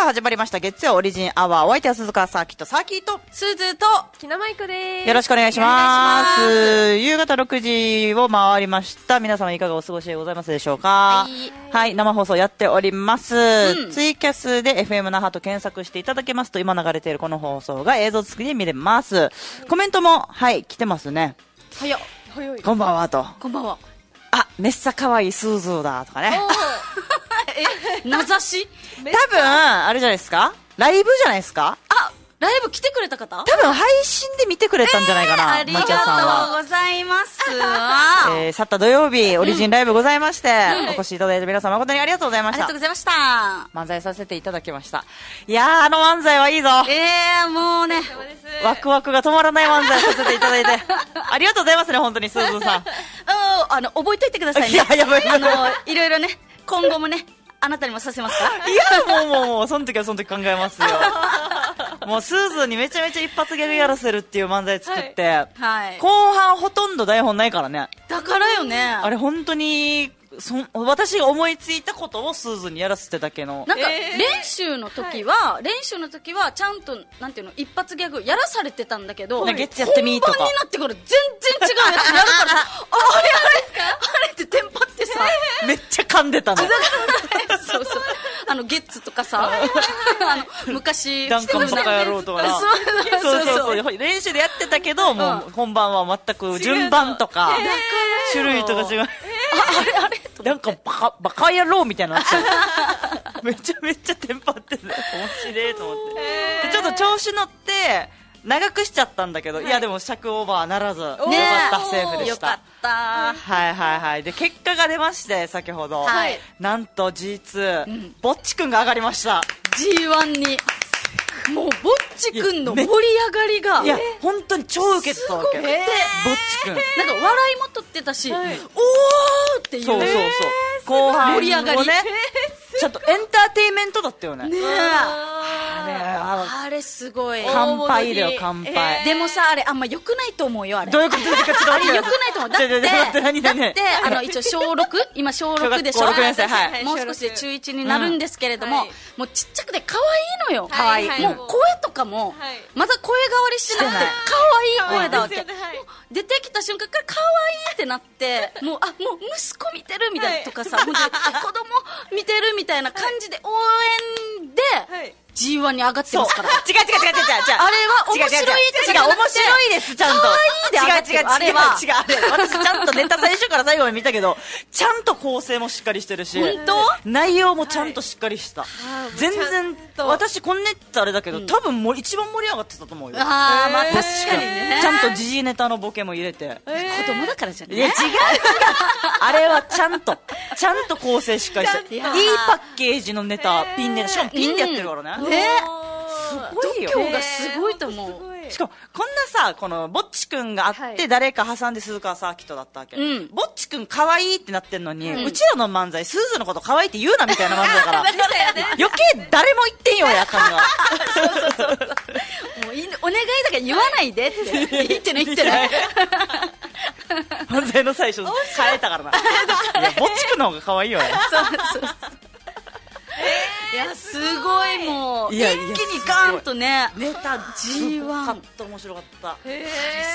あ始まりました月曜オリジンアワーお相手は鈴川サーキットサーキットすずときなまいこですよろしくお願いします夕方6時を回りました皆様いかがお過ごしでございますでしょうかはいはい、生放送やっております、ツイキャスで FM 那覇と検索していただけますと今流れているこの放送が映像付きで見れますコメントもはい来てますね早っ早いこんばんはとこんばんはあめっさかわいいスーズーだとかね名指し多分あれじゃないですかライブじゃないですかあライブ来てくれた方多分配信で見てくれたんじゃないかな、ありまがーとちゃんさんは。うござい ますわ。えー、去った土曜日、オリジンライブございまして、お越しいただいた皆さん誠にありがとうございあまりしがたとう。ございました。漫才させていただきました。いやー、あの漫才はいいぞ。えー、もうね、ワクワクが止まらない漫才させていただいて。 ありがとうございますね、本当に、すずさん。うんあの、覚えといてくださいいね。ややばいやばあいの、いろ いろね、今後もね、あなたにもさせますから。いや、もうもうもう、その時はその時考えます よ。もう、スーズにめちゃめちゃ一発ギャグやらせるっていう漫才作って、はい。後半ほとんど台本ないからね。だからよね。あれ本当にそん私が思いついたことをスーズにやらせてだけのなんか、えー練習の時は、練習の時は、ちゃんと、なんていうの、一発ギャグやらされてたんだけど、なんか月やってみーとか本番になってから全然違うやつやる から、あれあれ、あれってテンパってさ、めっちゃ噛んでたの そうそう。あの、ゲッツとかさ、あの、昔、ダンカンバカ野郎とかな そそうそううそう。そうそう練習でやってたけどもう本番は全く順番とか種類とか違うなんかバカバカ野郎みたいになっちゃ うめちゃめちゃテンパってる面白いと思ってでちょっと調子乗って長くしちゃったんだけど、い、やでも尺オーバーならずよかっねえたセーフでしよかたった。はいはいはいで結果が出まして先ほど、はいなんと G2、ぼっちくんが上がりました G1 に。もう、ぼっちくんの盛り上がいりやが、本当に超受けてたわけぼっごいねちくんなんか笑いも取ってたし、おーっていう。そうそうそうね後半も盛り上がりねちょっとエンターテインメントだったよねえあれああれすごい。乾杯だよ乾杯でもさ、あれあんま良くないと思うよ、あれ。どういうことですかちょっとあ待れって良くないと思う。だっちょちょちょ待ってて、何だっ何て、あの、一応小 6? 今小6でしょ小学校六年生はいもう少しで中1になるんですけれどうんもはい、もうちっちゃくて可愛いのよ。可愛いもう声とかもはい、まだ声変わりしてなくてして、可愛い声だわけ。も可愛いですよねはいう出てきた瞬間から可愛いって なって、もう、あ、もう息子見てるみたいはいなとかさ、もう子供見てるみたいな感じで応援ではい、 G1 に上がってそうますから。違う違う違う違う違うあれは面白い違とう違う違かうじゃなくて面白いですちゃんと可愛いで上がってる違う違う違うあれは違うあれ私ちゃんとネタ最初から最後まで見たけどちゃんと構成もしっかりしてるし本当内容もちゃんとしっかりした、はい全ちゃん然と私こんねってあれだけど、多分もう一番盛り上がってたと思うよあー、まあえー確かにね。ちゃんと時事ネタのボケも入れて子供だからじゃないいや違う違うあれはちゃんとちゃんと構成しっかりしていいちゃパんッとケージのネタピンネタしかもピンでやってるからね、ねすごいよ度胸がすごいと思うしかもこんなさこのぼっちくんがあって、はい誰か挟んで鈴川サーキットだったわけ、うんぼっちくん可愛いってなってんのに、うちらの漫才すずのこと可愛いって言うなみたいな漫才だ から余計誰も言ってんよやかんがもういいお願いだから言わない でって。言ってね言ってね。漫才の最初変えた からないやぼっちくんの方が可愛いよやそうそうそう。いや、すごいもう、い一気やいやにガーンとね。ネタ G1 カット面白かった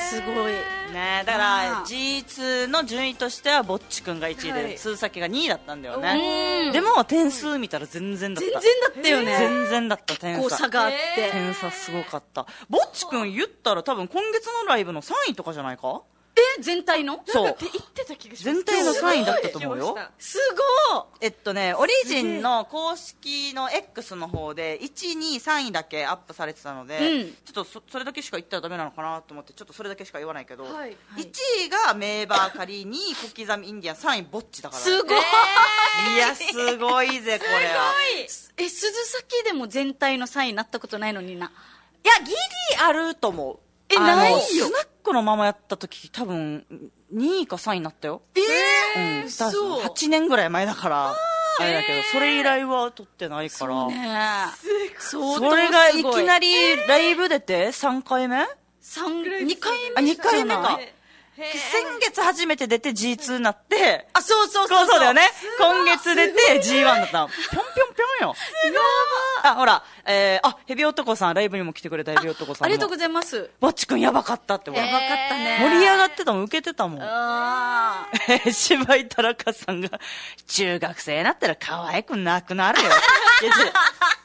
すごい。ねだかあらー G2 の順位としてはぼっちくんが1位で、はい鈴崎が2位だったんだようねんでも点数見たら全然だっ全然ただったよね。全然だった点こう差差があって。点差すごかったぼっちくん言ったら多分今月のライブの3位とかじゃないかえ、全体のそうって言ってた気がします全体の3位だったと思うよすごいえっとねオリジンの公式の X の方で123位だけアップされてたので、うんちょっとそそれだけしか言ったらダメなのかなと思ってちょっとそれだけしか言わないけど、はいはい1位がメーバーカリー2位小刻みインディアン3位ぼっちだからすごいいやすごいぜこれはえ、鈴崎でも全体の3位になったことないのにな。いやギリあると思うえあのないよスナックのままやった時多分2位か3位になったよえうん、スターズそう8年ぐらい前だからあれだけどそれ以来は取ってないからねえ。相当それがいすごきなりライブ出て3回目三二回目あ二回目じゃかない先月初めて出て G2 になってあそうそうそうそうだよねすごい今月出て G1 だったのぴょんぴょんぴょんよあ、ほら、えー、あ、ヘビ男さん、ライブにも来てくれたヘビ男さんも。ありがとうございます。ぼっちくんやばかったって俺。やばかったね。盛り上がってたもん、受けてたもん。あえーー 芝居田中さんが、中学生になったら可愛くなくなるよ。いや違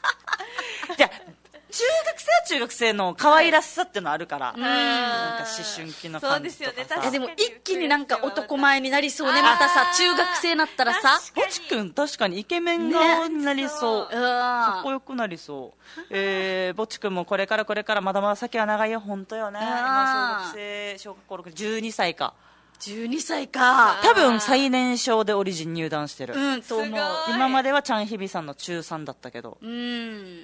うじゃあ中学生は中学生の可愛らしさってのあるから、なんか思春期の感じとかそうですさ。よねいやでも一気になんか男前になりそうね。またさ、中学生になったらさ。ぼちくん確かにイケメン顔になりそう。うかっんこ。よくなりそう。えー、ぼっちくんもこれからこれからまだまだ先は長いよ、本当よね。今小学生、小学校6、12歳か。 12歳か。多分最年少でオリジン入団してる。うん、と思うすごい。今まではちゃんひびさんの中3だったけど。うん。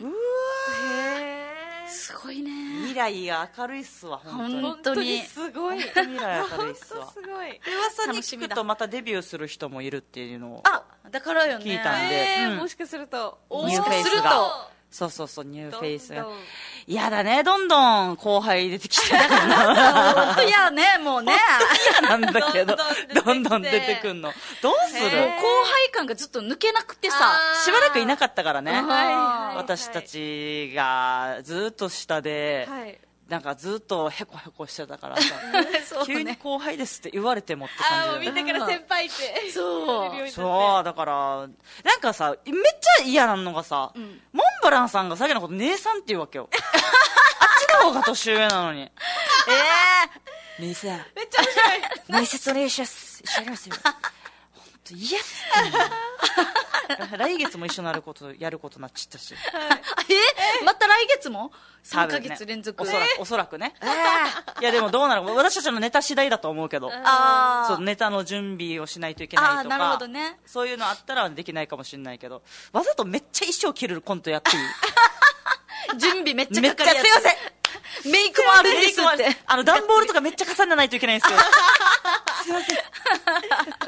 すごいね。未来が明るいっすわ、本当に。本本当当ににすごい未来明るいっすわ本当。すごい噂に楽し聞みくだとまたデビューする人もいるっていうのをあ、だからよね。聞いたんで。えうーんもしかするとおーニューフェイスするがと。そうそうそう、ニューフどんェイスがどん。嫌だね、どんどん後輩出てきて。本当いやね、もうね。なんだけど、どどんんどどんん出出てきててくんの。どうすへるー後輩感がずっと抜けなくてさ。あーしばらくいなかったからね。はいはいはい私たちがずっと下で、はいなんかずっとへこへこしてたからさ、 そう急にね。後輩ですって言われてもってあーも感うじみだんよね。なから先輩ってそう言われるよになってそう、だから、なんかさ、めっちゃ嫌なのがさ、んモンブランさんがさっきのこと姉さんって言うわけよ。あっちの方が年上なのに。ええ姉さん、めっちゃ面 白い内説お願いします。一緒にやりますよ。本当嫌っすね来月も一緒になること、やることになっちゃったし。 えまた来月も多 ?3 ヶ分ね月連続。おそらく、おそらくね。えーいやでもどうなるか、私たちのネタ次第だと思うけど。あそう、ーネタの準備をしないといけないあー、とか。なるほ どね。そういうのあったらできないかもしれないけど。わざとめっちゃ衣装着るコントや っていい準備めっちゃめっかちかゃるすいやつ。ませんせん。メイクもあるんですっメイてクも。あの、段ボールとかめっちゃ重ねないといけないんです よ。 すいません。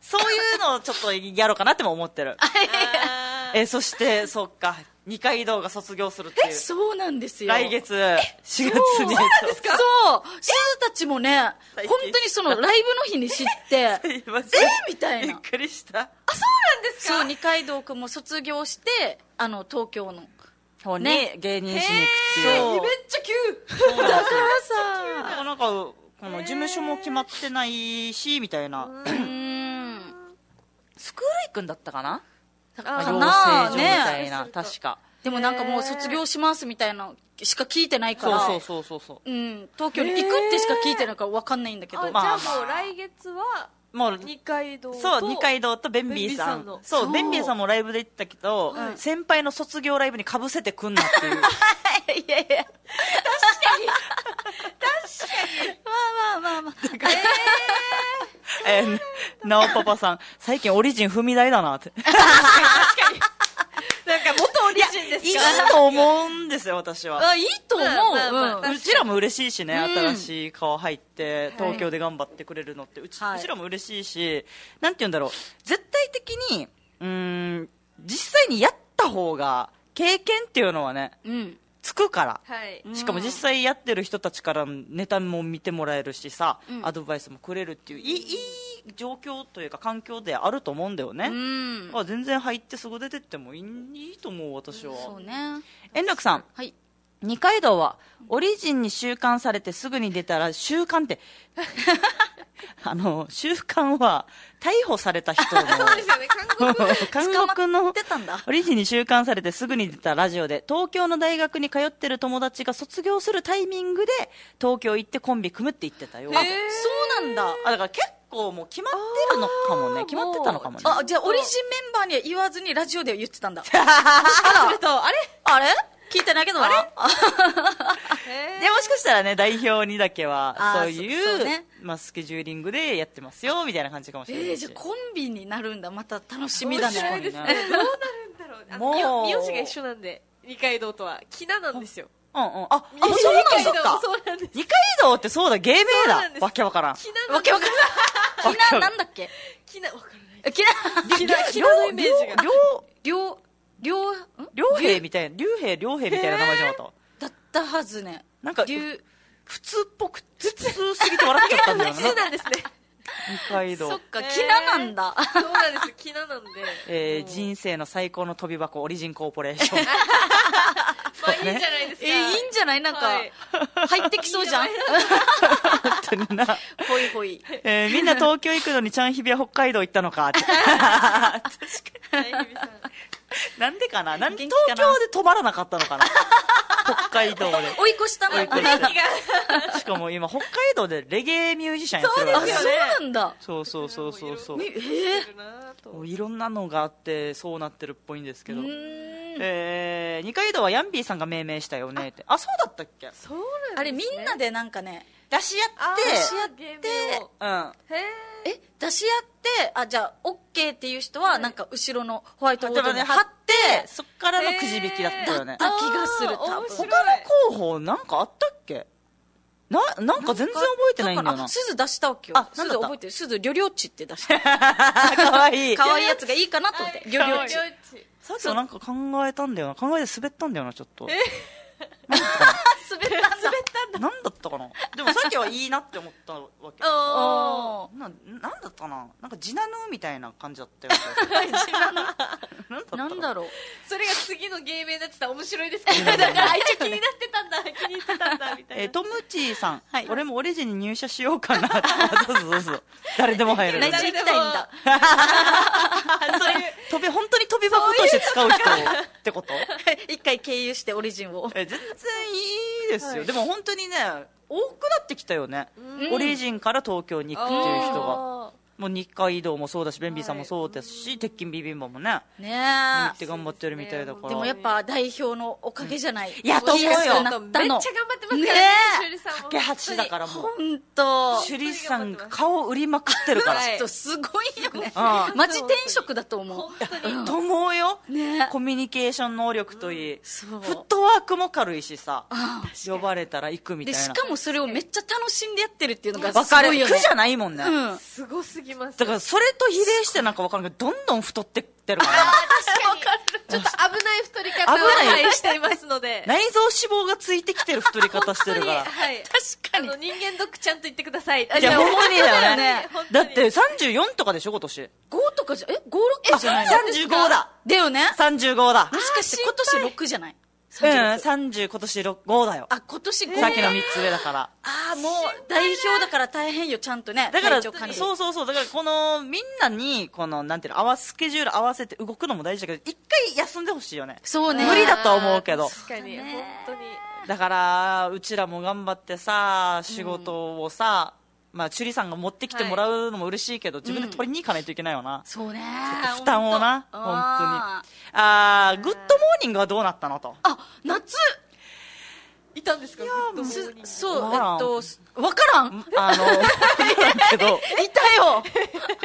そういうのをちょっとやろうかなっても思って る。 あえーそして、そっか、二階堂が卒業するっていう。そうなんですよ。来月、4月に。そう、すずたちもね、本最近当にそのライブの日に知って、そえう言いましたみたいびっな。くりした。そう、二階堂くんも卒業して、あの、東京の。方にね芸人しに行くってめっいう。ちゃ急そうなんですよさでもなんか、この事務所も決まってないし、みたいな。うーん。スクール行くんだったかなあ養か成所なみたいな、ね確か。でもなんかもう卒業しますみたいなしか聞いてないかそうら。そうそうそうそう。うん、東京に行くってしか聞いてないから分かんないんだけど。ーまああじゃあもう来月はもう、二階堂とそう、二階堂とベンビーさベンビーさんんの。そ、そううベンビーさんもライブで行ったけど、先輩の卒業ライブに被せてくんなっていう。いやいや。確かに。確かに。まあまあまあまあ。えー、なおパパさん、最近オリジン踏み台だなって。なんか元オリジンでいすいか と思うんですよ、私は。あいいと思う。まあまあまあうんうちらも嬉しいしね、うん新しい顔入って、東京で頑張ってくれるのって、うちはいうちらも嬉しいし、なんて言うんだろう、絶対的に、うーん、実際にやった方が、経験っていうのはね、うん。つくから。はいしかも実際やってる人たちからのネタも見てもらえるしさ、んアドバイスもくれるっていう、いい、いい状況というか環境であると思うんだよね。うん。あ全然入ってすぐ出てってもいいいいと思う私はそうね。円楽さんはい。二階堂はオリジンに習慣されてすぐに出たら習慣って あの習慣は逮捕された 人のそうですよね韓国韓捕国の出たんだ。オリジンに習慣されてすぐに出たラジオで東京の大学に通ってる友達が卒業するタイミングで東京行ってコンビ組むって言ってたよあ、そうなんだ。あだから結構もう決まってるのかもね決まってたのかもねあ、じゃあオリジンメンバーには言わずにラジオでは言ってたんだ。するとあれあれ聞いてないけどなあえでもしかしたらね、代表にだけは、あーそういうそそうねまあ、スケジューリングでやってますよ、みたいな感じかもしえれないー、し。じゃあコンビになるんだ。また楽しーみだ面白いね。ですねどうなるんだろうあのもうみ名字が一緒なんで二階堂とはキナなんですようんうん。あ、あ二そう階なんだ。そ堂っか。そうなんです二階堂ってそうだ、芸名そうだなんで。すわけわからん。キナわけわかんない。わけきな、わかなんんだっけキナわからないきな、キナキナのイメージが両、両、両、ん両、両兵みたいな、竜兵、両兵みたいな名前じゃなかった。だったはずね。なんか龍普通っぽく、普通すぎて笑っちゃったんだよな。そうなんですね二階そっ堂。か、キナなんだ。そうなんですキナなんでえー、もう人生の最高の飛び箱、オリジンコーポレーション。まあいいんじゃないですかえ、いいんじゃないなんかは、い入ってきそうじゃん。本当にな。ほいほい。えーみんな東京行くのにちゃんひびは北海道行ったのかって。はい日比さんなんでかななんで元気東かな京で止まらなかったのかな北海道追い越したの。追い越あ、しで。しかも今、北海道でレゲエミュージシャンやってる そうわけなんだ。そうそうそうそうそう。みえしてるなぁともういろんなのがあって、そうなってるっぽいんですけーどう。ーん。えー、二階堂はヤンビーさんが命名したよねって。あ、そうだったっけそうなんですねあれ、みんなでなんかね、出し合あってー、出し合って芸名をうん。へええ、出し合って、あ、じゃあ、オッケーっていう人は、なんか、後ろのホワイトボードにね貼って、そっからのくじ引きだったよね。だった気がする、あー多面分。白い候補なんかあったっけな、なんか全然覚えてないんだよな。すず出したわけよあ。すなんずだった覚えてる。すず、りょりょっちって出した。か わいい。可愛いやつがいいかなと思って。りょりょっち。両地さっきもなんか考えたんだよな。考えて滑ったんだよな、ちょっと。滑ったんだ。なんだったかなでもさっきはいいなって思ったわけ。おーおーななんだったかななんかジナヌーみたいな感じだったよね。 なんだったかなんだろう。それが次の芸名だってたら面白いですけどだ から一応気になってたんだ気に入ってたんだみたいなえートムチーさん、はい俺もオレジンに入社しようかな。どうぞどうぞ。誰でも入れ内る地。行きたいんだ。そういう飛び、本当に飛び箱として使う人ってこと一回経由してオリジンを。え全然いいですよ、でも本当にね多くなってきたよね、うんオリジンから東京に行くっていう人があもう日海移動もそうだしベンビーさんもそうですし、鉄筋ビビンバもねね行っえ。て頑張ってるみたいだからでもやっぱ代表のおかげじゃない。いいやーと思うよもしかするなとっめったちゃの。頑張ってますからねねえしゅりさんも架け橋だからもうほんと。趣里さんが顔売りまくってるから、はいすごいよねう。んマジ転職だと思う。と思うよ、ねコミュニケーション能力といい、そうフットワークも軽いしさ呼ばれたら行くみたで、いなしかもそれをめっちゃ楽しんでやってるっていうのがわすかごるいよ苦ね。じゃないもんね、うん。すごすぎますだからそれと比例してなんかわかんないけどどんどん太ってってるからねちょっと危ない太り方を危ないはいしていますので内臓脂肪がついてきてる太り方してるかはい確かあにの。人間ドックちゃんと言ってくださいら。いや、本当にだよね本当。にだって34とかでしょ、今年。 5とかじゃ、え ?5、6じゃないの35だ。だよね。 35だ。もしかして今年6じゃないうん、30、今年5だよ。あ、今年5さっきの3つ上だから。ああ、もう代表だから大変よ、ちゃんとね。だから、体調管理そうそうそう。だから、この、みんなに、この、なんていうの、合わ、スケジュール合わせて動くのも大事だけど、一回休んでほしいよね。そうね。無理だとは思うけど。確かにそうだ本ね当にだから、うちらも頑張ってさ、仕事をさ、まあ、チュリさんが持ってきてもらうのも嬉しいけど、自分で取りに行かないといけないよな。そうね。負担をな、本本当当に。あー、グッドモーニングはどうなったのと。あ、夏いたんですかもうずっとそう、わえかっらんと、すわからんあ の、けど、いた よ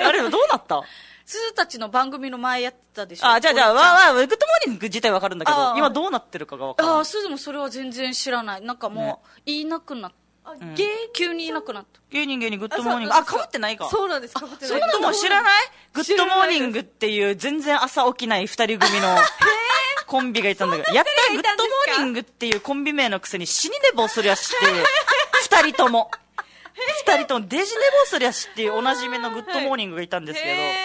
あれどうなった鈴たちの番組の前やってたでしょ。あ、じゃあじゃあ、俺わあわあ、グッドモーニング自体わかるんだけあどー、今どうなってるかがわかあらあ、ん。鈴もそれは全然知らない。なんかもう、言いなくなっあんた。急にいなくなった。芸人芸人グッドそうモーニング。あ、かぶってないか。そうなんですかぶってそなういなの知らないグッ知ドらモなーいですニングっていう全然朝起きない二人組のコンビがいたんだけど、やったグッドモーニングっていうコンビ名のくせに死に寝坊するやしっていう、二人とも。二人ともデジ寝坊するやしっていうおなじみのグッドモーニングがいたんですけ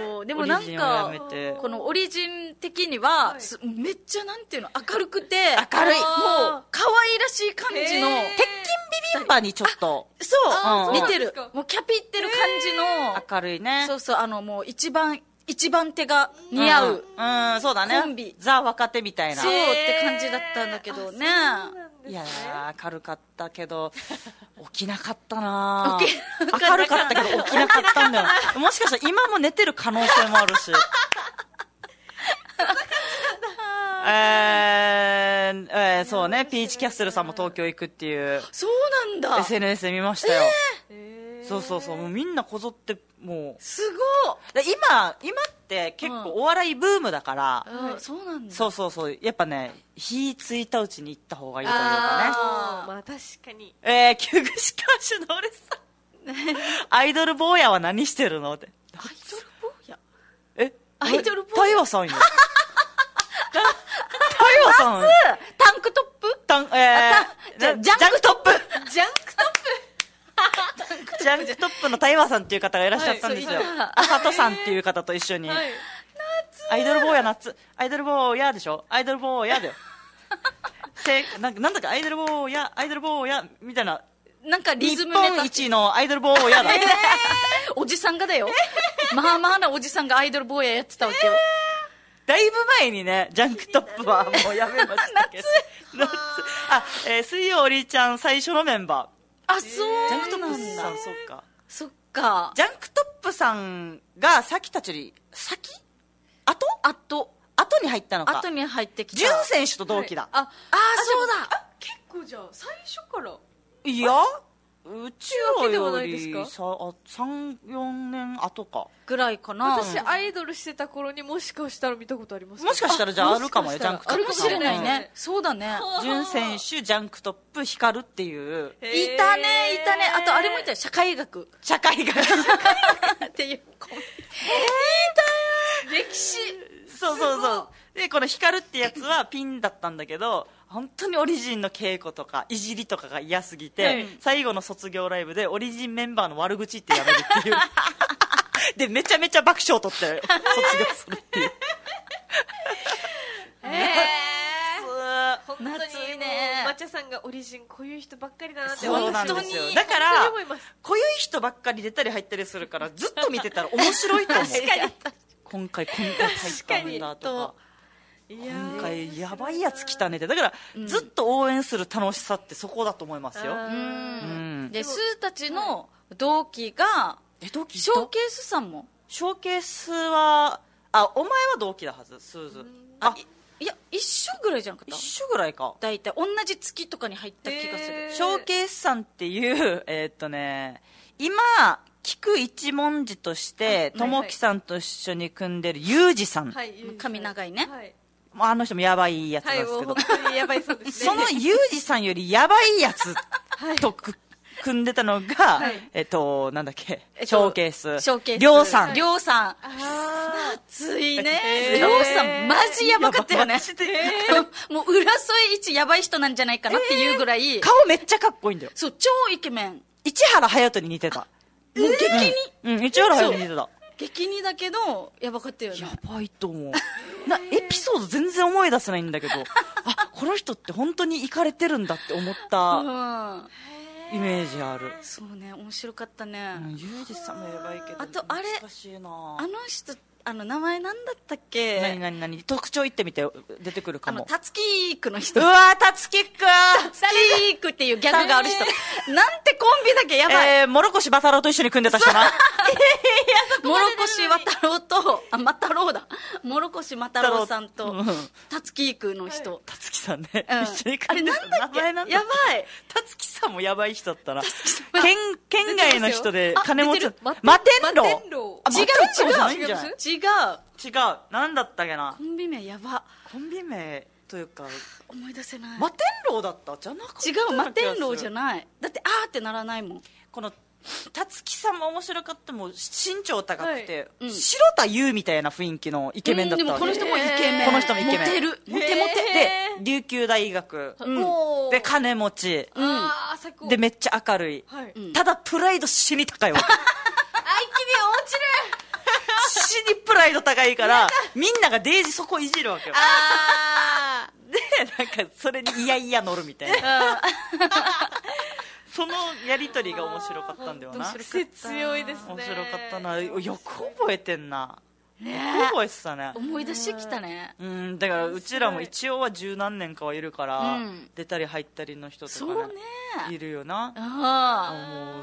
ど、そう。でもなんオリジンをやかめて、このオリジン的には、いすめっちゃなんていうの、明るくて、明るいもう、可愛らしい感じの、へー鉄筋ビビンバにちょっとそう、うん似てそうなんでするか。もうキャピってる感明るいねじの、そうそう、あの、もう一番、一番手が似合う、うん、うんそうだねコンビザ若手みたいなそうって感じだったんだけどね。いやー軽かったけ ど起きなかったな起きなかった明るかったけど起きなかったんだよもしかしたら今も寝てる可能性もあるしえーえーそうねピーチキャッスルさんも東京行くっていうそうなんだ。 SNS で見ましたよ、えーそうそうそうもうみんなこぞってもすうで今今って結構お笑いブームだから、ごい、うんそうなんだ。そうそうそうやっぱね火ついたうちに行った方がいいというかねあーまあ確かにえー、旧串歌手の俺さん。アイドル坊やは何してるのって。アイドル坊や。えアイドル坊やタイワ さんよ。タイワさん。タンクトップたんえーあたじゃなジャンクトップ。ジャンクトップジャンクトップのタイワさんっていう方がいらっしゃったんですよはい佐藤さんっていう方と一緒に、はいアイドル坊や夏アイドル坊やでしょアイドル坊 やだよせなんかなんだかアイドル坊やアイドル坊やみたいななんかリ日ズムネタ本一のアイドル坊や だ、おじさんがだよまあまあなおじさんがアイドル坊ややってたわけよ、だいぶ前にね、ジャンクトップはもうやめましたけど。夏あ、えー水曜おりちゃん最初のメンバあそうー。ジャンクトなップんさだん、そうか。そっかジャンクトップさんが先たちより、先後あと後に入ったのか。後に入ってきたジュン選手と同期だ。ああそうだあ結構じゃあ最初からいや、うちらわけではよないですりかさ、あ3、4年後か。ぐらいかな私アイドルしてた頃にもしかしたら見たことありますもしかしたらじゃああるかもよ、しジャンかクトしたッらプかもさん。しれないあねそうだねジュン選手、ジャンクトップ、ヒカルっていう、へーいたねいたねあとあれもいたよ社会学社会学。って いう子歴史そうそうそうでこの光ってやつはピンだったんだけど本当にオリジンの稽古とかいじりとかが嫌すぎて、はい最後の卒業ライブでオリジンメンバーの悪口ってやめるっていう でめちゃめちゃ爆笑を取って卒業するっていうえ本当にもう夏いね抹茶さんがオリジンこういう人ばっかりだなってそうなんですよ本当にだから本当に思いますこういう人ばっかり出たり入ったりするからずっと見てたら面白いと思う確かに今回こんな入ったんだとかいやー今回やばいやつ来たねってだから、ずっと応援する楽しさってそこだと思いますよあーうんでスーたちの同期がえ同期いシたョーケースさんもショーケースはあお前は同期だはずスーズあいや一緒ぐらいじゃなかっ一た緒ぐらいか大体同じ月とかに入った気がする、へーショーケースさんっていうえーっとね今菊一文字としてはいはい友樹さんと一緒に組んでるユージさん、はい髪長いねはいまああの人もやばいやつなんはいですもうけど、本当にやばいそうです ねそのユージさんよりやばいやつとく、組んでたのが、いえっとなんだっけ、えっとショーケースショーケースりょうさん、りょうさんあついねへーりょうさんマジやばかったよねマジで もう浦添一やばい人なんじゃないかなっていうぐらい、顔めっちゃかっこいいんだよそう超イケメンも市原隼人に似てたう激に、うん、市原隼人に似てた激にだけどやばかったよねやばいと思う。な、エピソード全然思い出せないんだけど、あ、この人って本当に行かれてるんだって思ったうんイメージある。そうね面白かったね、うん、ユージさんもやばいけど。あとあれ難しいなあの人あの名前なんだったっなにけなになに特徴言ってみて、出てくるかあのも。タツキークの人うわー、タツキックスキークっていうギャグがある人。なんてコンビだっけやばい。えー、諸越バタロと一緒に組んでた人な。もろこしわたろうと、あ、またろうだ。もろこしまたろうさんとうん、たつきーくの人。タツキさんね。うん一緒に組んでた。あれなんだっけ名前なんだやっばけたい。つきさんもやばい人だったな。県、県外の人であ金持出ちて。る摩天摩楼天楼あ違う摩天楼じゃないん違じゃうない違う。違うなんだったっけなコンビ名やば。コンビ名というか思い出せない。摩天楼だったじゃなかった違ようう、な摩気がする天楼じゃない。だって、あーってならないもん。この辰木さんも面白かったもう身長高くて、うん白田優みたいな雰囲気のイケメンだったわけうんでもこの人もイケメン。この人もイケメンモテる。モテモテ。で琉球大学、ーもうで金持ちあー最高でめっちゃ明るい、はいんただプライド死に高いわ あ一気に落ちる死にプライド高いからみんながデイジそこいじるわけよあで なんかそれにいやいや乗るみたいな そのやり取りが面白かったんだよな面白癖強いですねかったなよく覚えてんなよく覚えてたね思い出してきたね。うんだからうちらも一応は十何年かはいるから、うん出たり入ったりの人とそうか、ねね。いるよなあ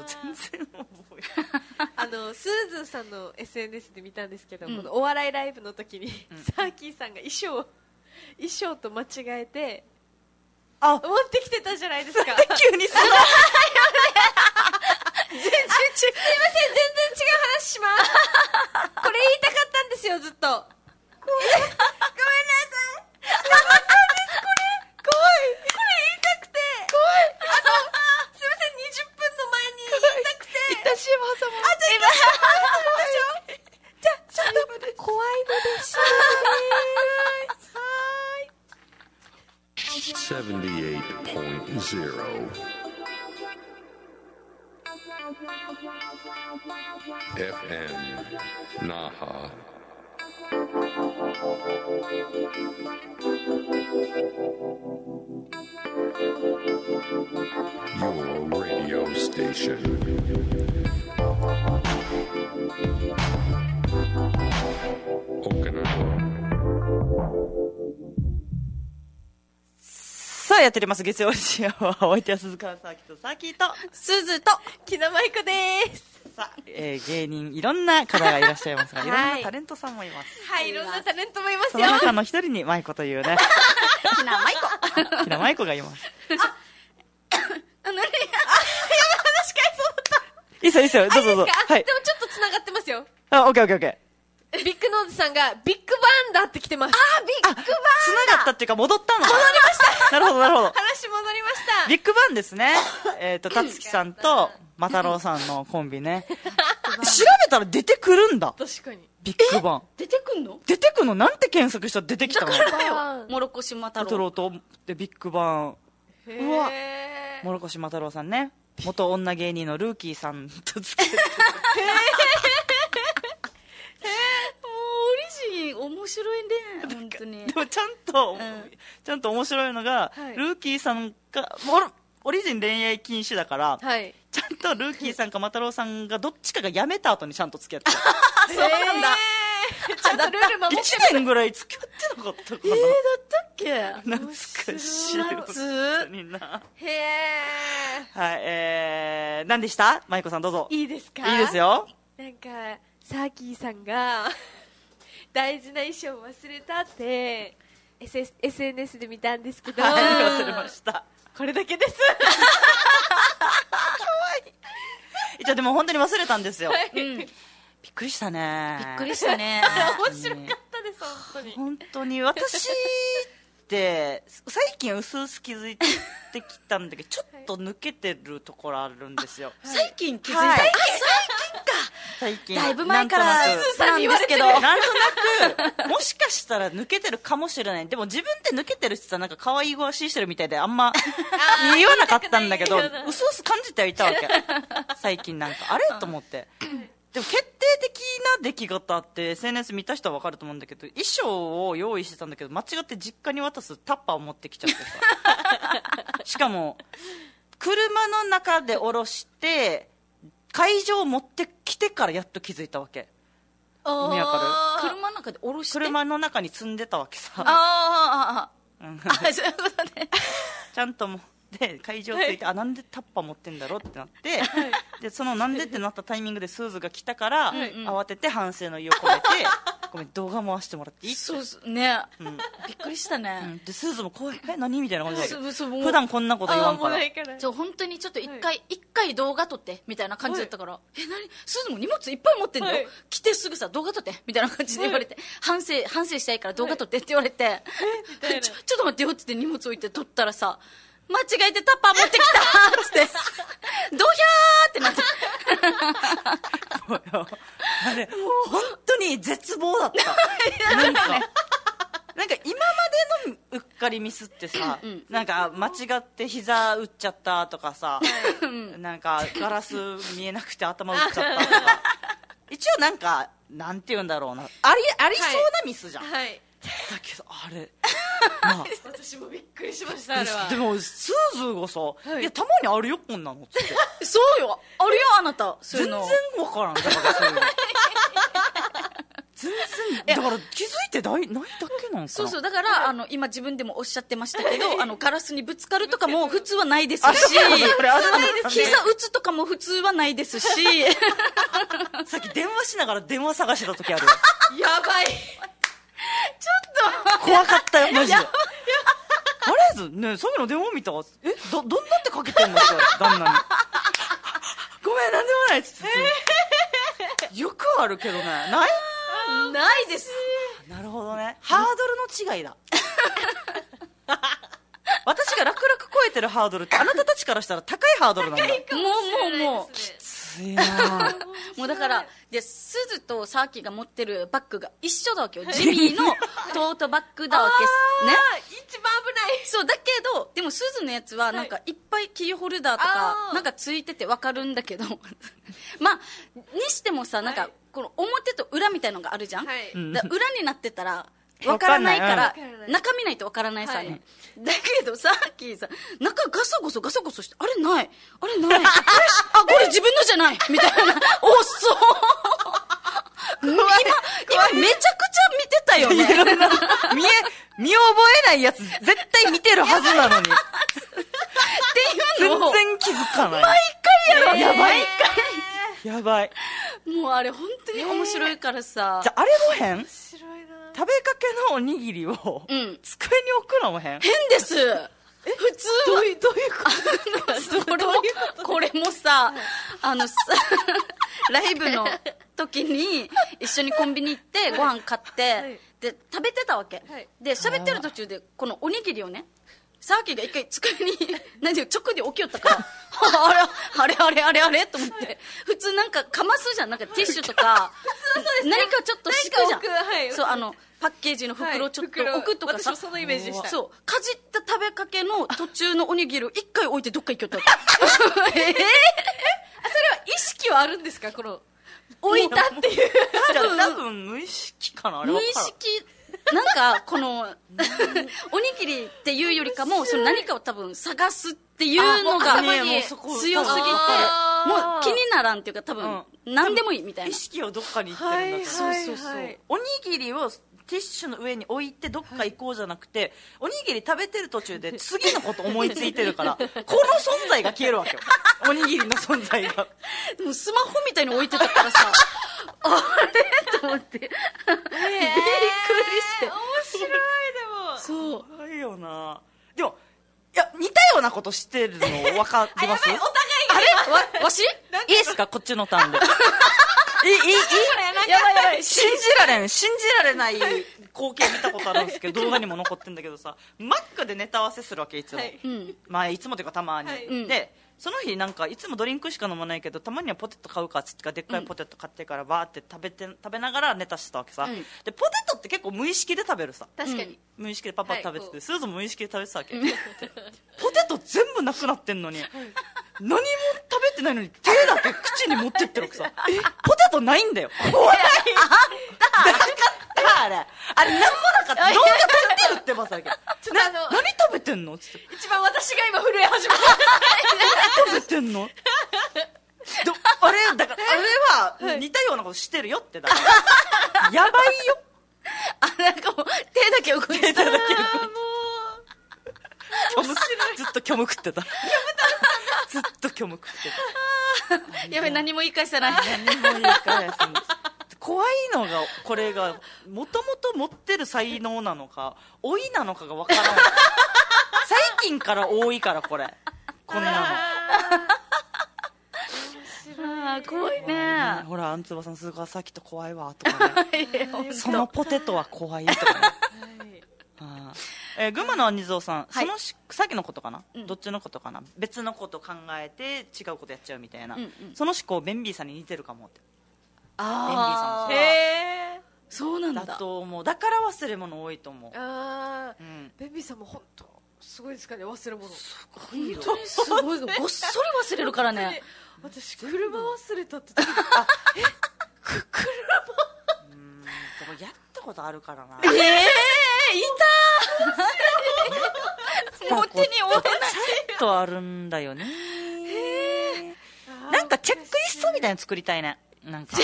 もう全然覚えて あのスーズンさんの SNS で見たんですけど、このお笑いライブの時に、サーキーさんが衣装を衣装と間違えてあ持ってきてたじゃないですかない急にそのすいません全然違う話しますこれ言いたかったんですよずっとごめんなさい怖いこれ言いたくて怖いあのすいません20分の前に言いたくて一旦 CM 挟もうあじゃあ CM 挟みましょうじゃあちょっと怖いのでしょはーい 78.0. FM Naha. Your radio station. Okinawa. さあ、やっております。月曜日は、お相手は鈴川さきと、さきと、すずと、木名舞子です。さあ、えー芸人、いろんな方がいらっしゃいますが、いろんはないタレントさんもいます。はい、いろんなタレントもいますそよの。中の一人に、舞子と いうね、ひなまいこ。ひな舞子がいます。あ、なに確かにそうだっいいっすよ、いいっすよ。どうぞどうぞ。た。はでい。もちょっと繋がってますよ。あ、オッケーオッケーオッケー。ビッグノーズさんがビッグバンだって来てます。あ、ビッグバン繋がったっていうか、戻ったの戻りました。なるほど、なる ほど。話戻りました。ビッグバンですね。えっと、たつきさんと、またろうさんのコンビね。調べたら出てくるんだ。確かに。ビッグバン。出てくんの出てくのなんて検索したら出てき たのバンもろこしまたマタろロウと、で、ビッグバン。へうわー諸越又郎さんね元女芸人のルーキーさんと付き合ってう。嬉しい。面白いね。本当に。 でもちゃんと、んちゃんと面白いのが、はいルーキーさんがもろオリジン恋愛禁止だから、はい。ちゃんとルーキーさんか又郎さんがどっちかが辞めた後にちゃんと付き合ってあ、そうなんだ。ちゃんとルール守って1年ぐらい付き合ってなかったかな、懐かしい本当になへえ。はいえー、何でした舞子さんどうぞいいいですかいです。よなんか、サーキーさんが、大事な衣装を忘れたって、SS、SNS で見たんですけど、はい忘れましたこれだけです。一応でも本当に忘れたんですよ、うん。びっびっくりしたねくりしたね。面白かったです、本当に。本当に私って最近うすうす気づいてきたんだけどちょっと抜けてるところあるんですよ最近気づいはいた。最近だいぶ前からなんとなすくずさんに言われてるなんとなくもしかしたら抜けてるかもしれないでも自分って抜けてるってさなんか可愛いごらしいしてるみたいであんま言わなかったんだけど言ういたくないようなすうす感じてはいたわ け最近なんかあれと思ってでも決定的な出来事あって SNS 見た人は分かると思うんだけど衣装を用意してたんだけど間違って実家に渡すタッパーを持ってきちゃって さしかも車の中で降ろして会場を持ってきてからやっと気づいたわけお意味わか車の中で降ろして。車の中に積んでたわけあさあ、うんああ、あ、そういうことね。ちゃんともで会場着いて、あなんでタッパー持ってんだろうってなって、でそのなんでってなったタイミングでスーズが来たから、慌てて反省の意を込めてごめん動画回してもらっていい、そうそうね。うんびっくりしたうね。んでスーズもこうえ何みたいな感じだそけどうそうもう普段こんなこと言わあ、んもかうらないから。そう本当にちょっと一回一、回動画撮ってみたいな感じだったから、え何すずも荷物いっぱい持ってんだよ、はい来てすぐさ動画撮ってみたいな感じで言われて、反省反省したいから動画撮ってって言われて、たいなちょちょっと待ってよって言って荷物置いて撮ったらさ間違えてタッパー持ってきたっつってドヒャーってなってもうよあれ本当に絶望だったなんかなんか今までのうっかりミスってさ、なんか間違って膝打っちゃったとかさ、なんかガラス見えなくて頭打っちゃったとか一応なんかなんて言うんだろうなありありそうなミスじゃん、だはい。けどあれまあ私もびっくりしました、あれはで。もスーズーがさ、いい、やたまにあるよこんなのっつってそうよあるよあなたそうい全う然のわからんだからそういうの全然だから気づいてないないだけなんかなそうそうだから、あの今自分でもおっしゃってましたけどあのガラスにぶつかるとか も普通はないですしあそうなんだこれあそうなんだ 膝打つとかも普通はないですし さっき電話しながら電話探してた時あるやばい。怖かったよマジであれずねそういうの電話見たえどどんなってかけてんのって言われて 旦那にごめんなんでもないっつって、よくあるけどねないないですなるほどねハードルの違いだ 私が楽々超えてるハードルってあなたたちからしたら高いハードルなんだもうもうもうつ いなあもうだからでスズとサーキが持ってるバッグが一緒だわけよジミーのトートバッグだわ けあーね一番危ない。そうだけどでもスズのやつはなんかいっぱいキーホルダーとかあーなんかついててわかるんだけど 舞まあにしてもさなんか、この表と裏みたいのがあるじゃん、はいうんだから裏になってた らわからないかわらかんない中身ないとわからないさね、はいだけどさっきさ中ガソゴソガソゴソしてあれないあれない あれあこれ自分のじゃないみたいなおっそう今今めちゃくちゃ見てたよね見え、見覚えないやつ絶対見てるはずなのに。ってい全うのを然気づかない。毎回やろやばい。やばい。もうあれ本当に面白いからさ、じゃあ、あれも変食白いなべかけのおにぎりを、うん机に置くのも変変 です普通はどういうどういうことこれもこれもさあのさライブの時に一緒にコンビニ行ってご飯買って、いで食べてたわけ、はいで喋ってる途中でこのおにぎりをねサーキが一回机に 何で直で置きよったから あれあれあれあれあれと思って、普通なんかかますじゃんなんかティッシュと か何かちょっと敷くじゃん何か置くはいそうあのパッケージの袋をちょっと置くとかさ、はい袋私もそのイメージでしたそうかじった食べかけの途中のおにぎりを一回置いてどっか行きよったわけえー意識はあるんですかこの置いたっていうじゃあ、多分無意識かなあれ無は意識なんかこの おにぎりっていうよりかもその何かを多分探すっていうのがあもう頭にもうそこ強すぎてもうあー気にならんっていうか多分何でもいいみたい意な識をどっかに行ってるんだってはいはいそうそうそうはいおにぎりをティッシュの上に置いてどっか行こうじゃなくて、おにぎり食べてる途中で次のこと思いついてるからこの存在が消えるわけよおにぎりの存在がもうスマホみたいに置いてたからさあれと思ってびっくりして面白いでもそうないよなでもいや似たようなことしてるの分かりますお互いあれわわしいいですかこっちのターンでいいいいいやばいやばい信じられん信じられない光景見たことあるんですけど動画にも残ってんだけどさマックでネタ合わせするわけいつも、はいうんまあいつもというかたまに、はいうんでその日なんかいつもドリンクしか飲まないけどたまにはポテト買うかっつってからでっかいポテト買ってからバーって食べて食べながらネタしてたわけさ、うんでポテトって結構無意識で食べるさ確かに無意識でパパッと食べてはいこて、うスーズも無意識で食べてたわけ、ポテト全部なくなってんのに、何も食べてないのに手だけ口に持ってってるわけさ えポテトないんだよおいなかったあれあれ何もなかった動画撮ってるってばさっきちょっとあの何食べてんのつって一番私が今震え始め食べてんのどあれだからあれは似たようなことしてるよってだから やばいよあなんかもう手だけ動いてただけど虚無ずっと虚無食ってたずっと虚無食ってやべ何も言い返せないた何もいいから休んで怖いのがこれがもともと持ってる才能なのか老いなのかがわからない最近から多いからこれこんなのあー怖いねねほら、あんつばさん、鈴川さっきと怖いわ、とかね。そのポテトは怖い、と かね。あーえー群馬の鬼蔵さん、はいそのしさっきのことかな、どっちのことかな別のこと考えて違うことやっちゃうみたいな、うんうんその思考ベンビーさんに似てるかもってあ便利さもあそうへえそうなんだだと思うだから忘れ物多いと思う、あーうん、ベンビーさんも本当すごいですかね忘れ物すごいよ本当にすごいごっそり忘れるからね私車忘れたって時でもやったことあるからなええいたもう手に負えないちょっとあるんだよねなんかチェックリストみたいなの作りたいねなん か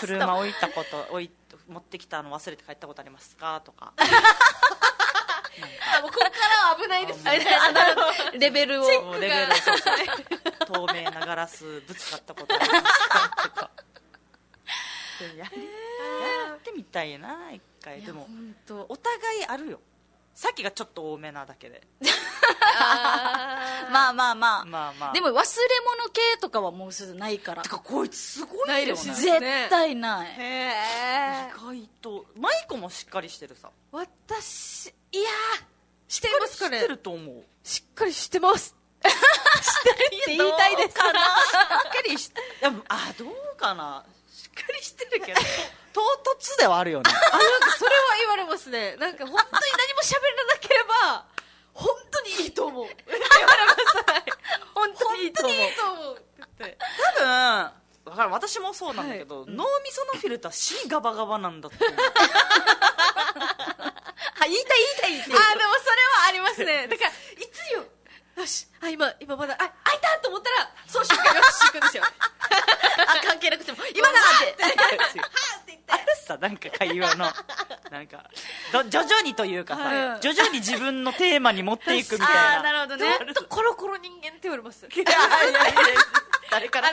車置いたこと置い持ってきたの忘れて帰ったことありますかとかあもうここからは危ないですあれあ のレベルをもうレベルそうそう透明なガラスぶつかったことありますかとかでもやりやってみたいな一回でも本当お互いあるよさっきがちょっと多めなだけでまあまあまあまあまあでも忘れ物系とかはもうすぐないからてかこいつすごいよないねらしいです絶対ない、意へえ外とマイコもしっかりしてるさ私いやーしてますかしねてると思うしっかりしてますしてるって言いたいですかなしっかりしでもあどうかなしっかりしてるけど 唐突ではあるよねあなんかそれは言われますねなんか本当に何も喋らなければ本当にいいと思う言われますはい本当にいいと思う本当にいいと思うって言って多分から私もそうなんだけど、脳みそのフィルター C ガバガバなんだってあ、言いたい言いたい言いたい。あでもそれはありますねだからいつよよしあ今今まだあ開いたと思ったらその瞬間よし行くんですよあ、関係なくても、今だって。 あれさなんか会話のなんかど徐々にというかさ、うん徐々に自分のテーマに持っていくみたいなあーなるほどねど とコロコロ人間って言われますいやいやいや誰から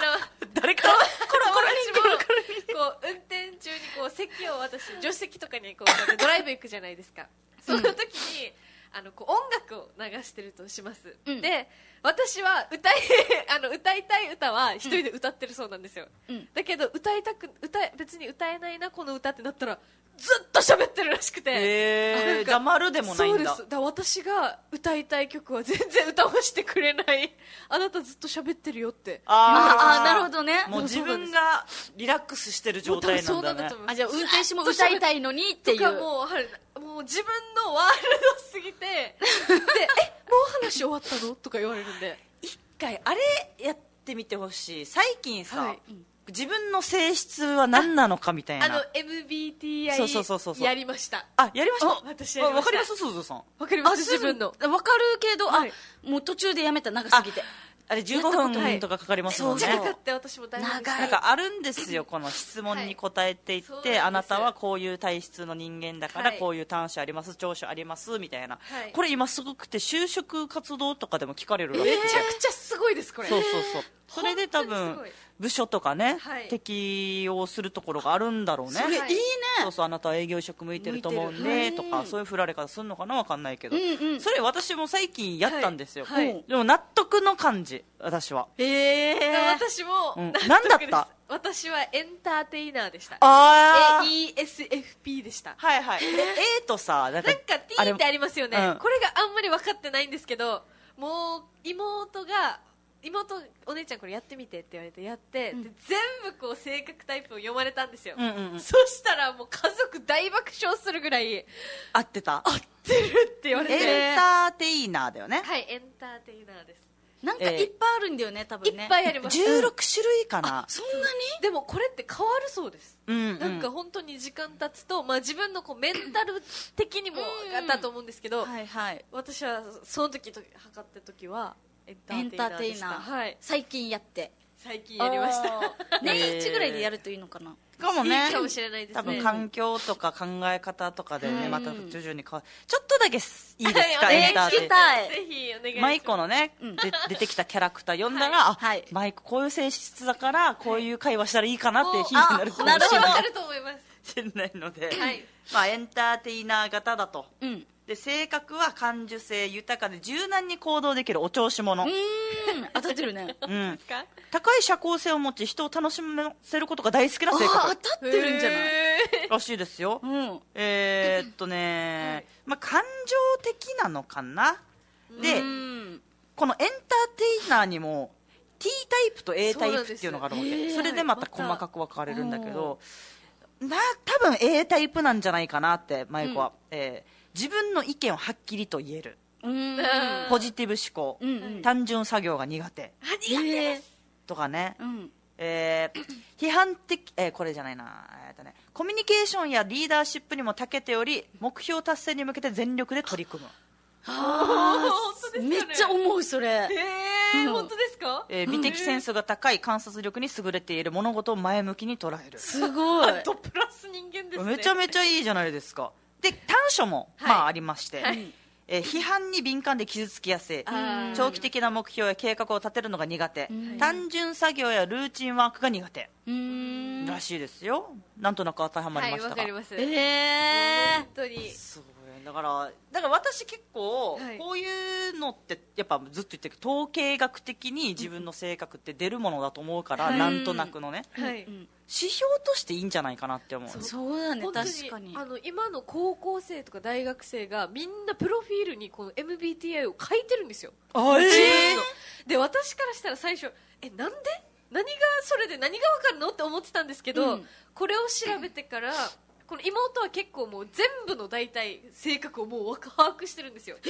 誰からコロコロ人間こう運転中にこう席を私助手席とかにこうなんかドライブ行くじゃないですかその時に、あのこう音楽を流してるとします、うんで私は歌い あの歌いたい歌は一人で歌ってるそうなんですよ、うんだけど歌いたく歌え別に歌えないなこの歌ってなったらずっと喋ってるらしくて、えなんー、かじゃあ丸でもないんだそうですだから私が歌いたい曲は全然歌わせてくれない あなたずっと喋ってるよってあああ、なるほどね。もう自分がリラックスしてる状態なんだね思いますあ、じゃあ運転手も歌いたいのにっていとかう。もうはいもう自分のワールドすぎてでえもう話終わったのとか言われるんで一回あれやってみてほしい最近さ、はい自分の性質は何なのかみたいなあのあ MBTI そうそうそうそうそうやりましたやりましたあ私やりまわしたかりますすずさんわかりあ、ます自分のすぐわかるけど、はいあ、もう途中でやめた、長すぎて。あれ15分とかかかりますもんねじゃなかった私も大変でし長いなんかあるんですよ、この質問に答えていっはいそうなんて、ですあなたはこういう体質の人間だから、はいこういう短所あります、長所ありますみたいな、はいこれ今すごくて、就職活動とかでも聞かれるらたしいめちゃくちゃすごいですこれそうそうそう、それで多本当に分すごい部署とかね、はい適用するところがあるんだろうね。それいいはいね。そうそうあなたは営業職向いてると思うん向いでてとるかそういう振られ方するのかなわかんないけど、うんうんそれ私も最近やったんですよ、はいはいでも納得の感じ私はええ私も、うん納得なんだったです私はエンターテイナーでしたあ ESFP でしたはいはいで A とさなんかなんか T ってありますよね、あれうんこれがあんまり分かってないんですけどもう妹が妹お姉ちゃんこれやってみてって言われてやって、で全部こう性格タイプを読まれたんですよ、うんうんうんそしたらもう家族大爆笑するぐらい合ってた合ってるって言われて、エンターテイナーだよね、はいエンターテイナーです、なんかええいっぱいあるんだよね、多分ね。いっぱいあります16種類かなそんなにでもこれって変わるそうですうんうんなんか本当に時間経つと、まあ、自分のこうメンタル的にもあったと思うんですけど、はいはい。私はその時と測った時はエンタエーンテイタナーーテでイしナたー。はい、最近やって。最近やりましたあー。年一ぐらいでやるといいのかな。かもねいいかもしれないですね多分環境とか考え方とかでね、はいまた徐々に変わちょっとだけすいいですか、はいエンターテイ聞きたい。ぜひお願いしますマイコのね、んで出てきたキャラクター呼んだら、あはいマイコこういう性質だからこういう会話したらいいかなっていうヒントになるかもあしなるれほどわなかいると思いますしれないので、はいまあ、エンターテイナー型だとうん。うで性格は感受性豊かで柔軟に行動できるお調子者、ーん、当たってる ね。うん、か高い社交性を持ち人を楽しませることが大好きなあ性あ、格当たってるんじゃないへらしいですよ、うん。えーっとね、まあ、感情的なのかなで、うん。このエンターテイナーにも T タイプと A タイプっていうのがあるわけそ,、そうなんですれでまたはいま細たかく分かれるんだけど、な多分 A タイプなんじゃないかなってマイコは、えー自分の意見をはっきりと言えるうん。ーポジティブ思考、うんうん単純作業が苦手えとかね、ーうん。えー批判的、えーこれじゃないな、えーっとね、コミュニケーションやリーダーシップにも長けており目標達成に向けて全力で取り組む、本当ですかねめっちゃ思う、それ。へえうん本当ですかえー美的センスが高い観察力に優れている物事を前向きに捉えるすごい。ドプラス人間ですねめちゃめちゃいいじゃないですかで短所も、はいまあ、ありまして、はいえー批判に敏感で傷つきやすいあー長期的な目標や計画を立てるのが苦手、単純作業やルーチンワークが苦手うーん。らしいですよなんとなく当てはまりまはいしたわが、かりますえ本えー。当にすごいだからだから私結構、はいこういうのってやっぱずっと言ってるけど統計学的に自分の性格って出るものだと思うから、はいなんとなくのねはい指標としていいんじゃないかなって思うそうだね、本当に確かに。あの今の高校生とか大学生がみんなプロフィールにこの MBTI を書いてるんですよあえで私からしたら最初えなんで何がそれで何がわかるのって思ってたんですけうど、んこれを調べてからこの妹は結構もう全部の大体性格をもうわか把握してるんですよす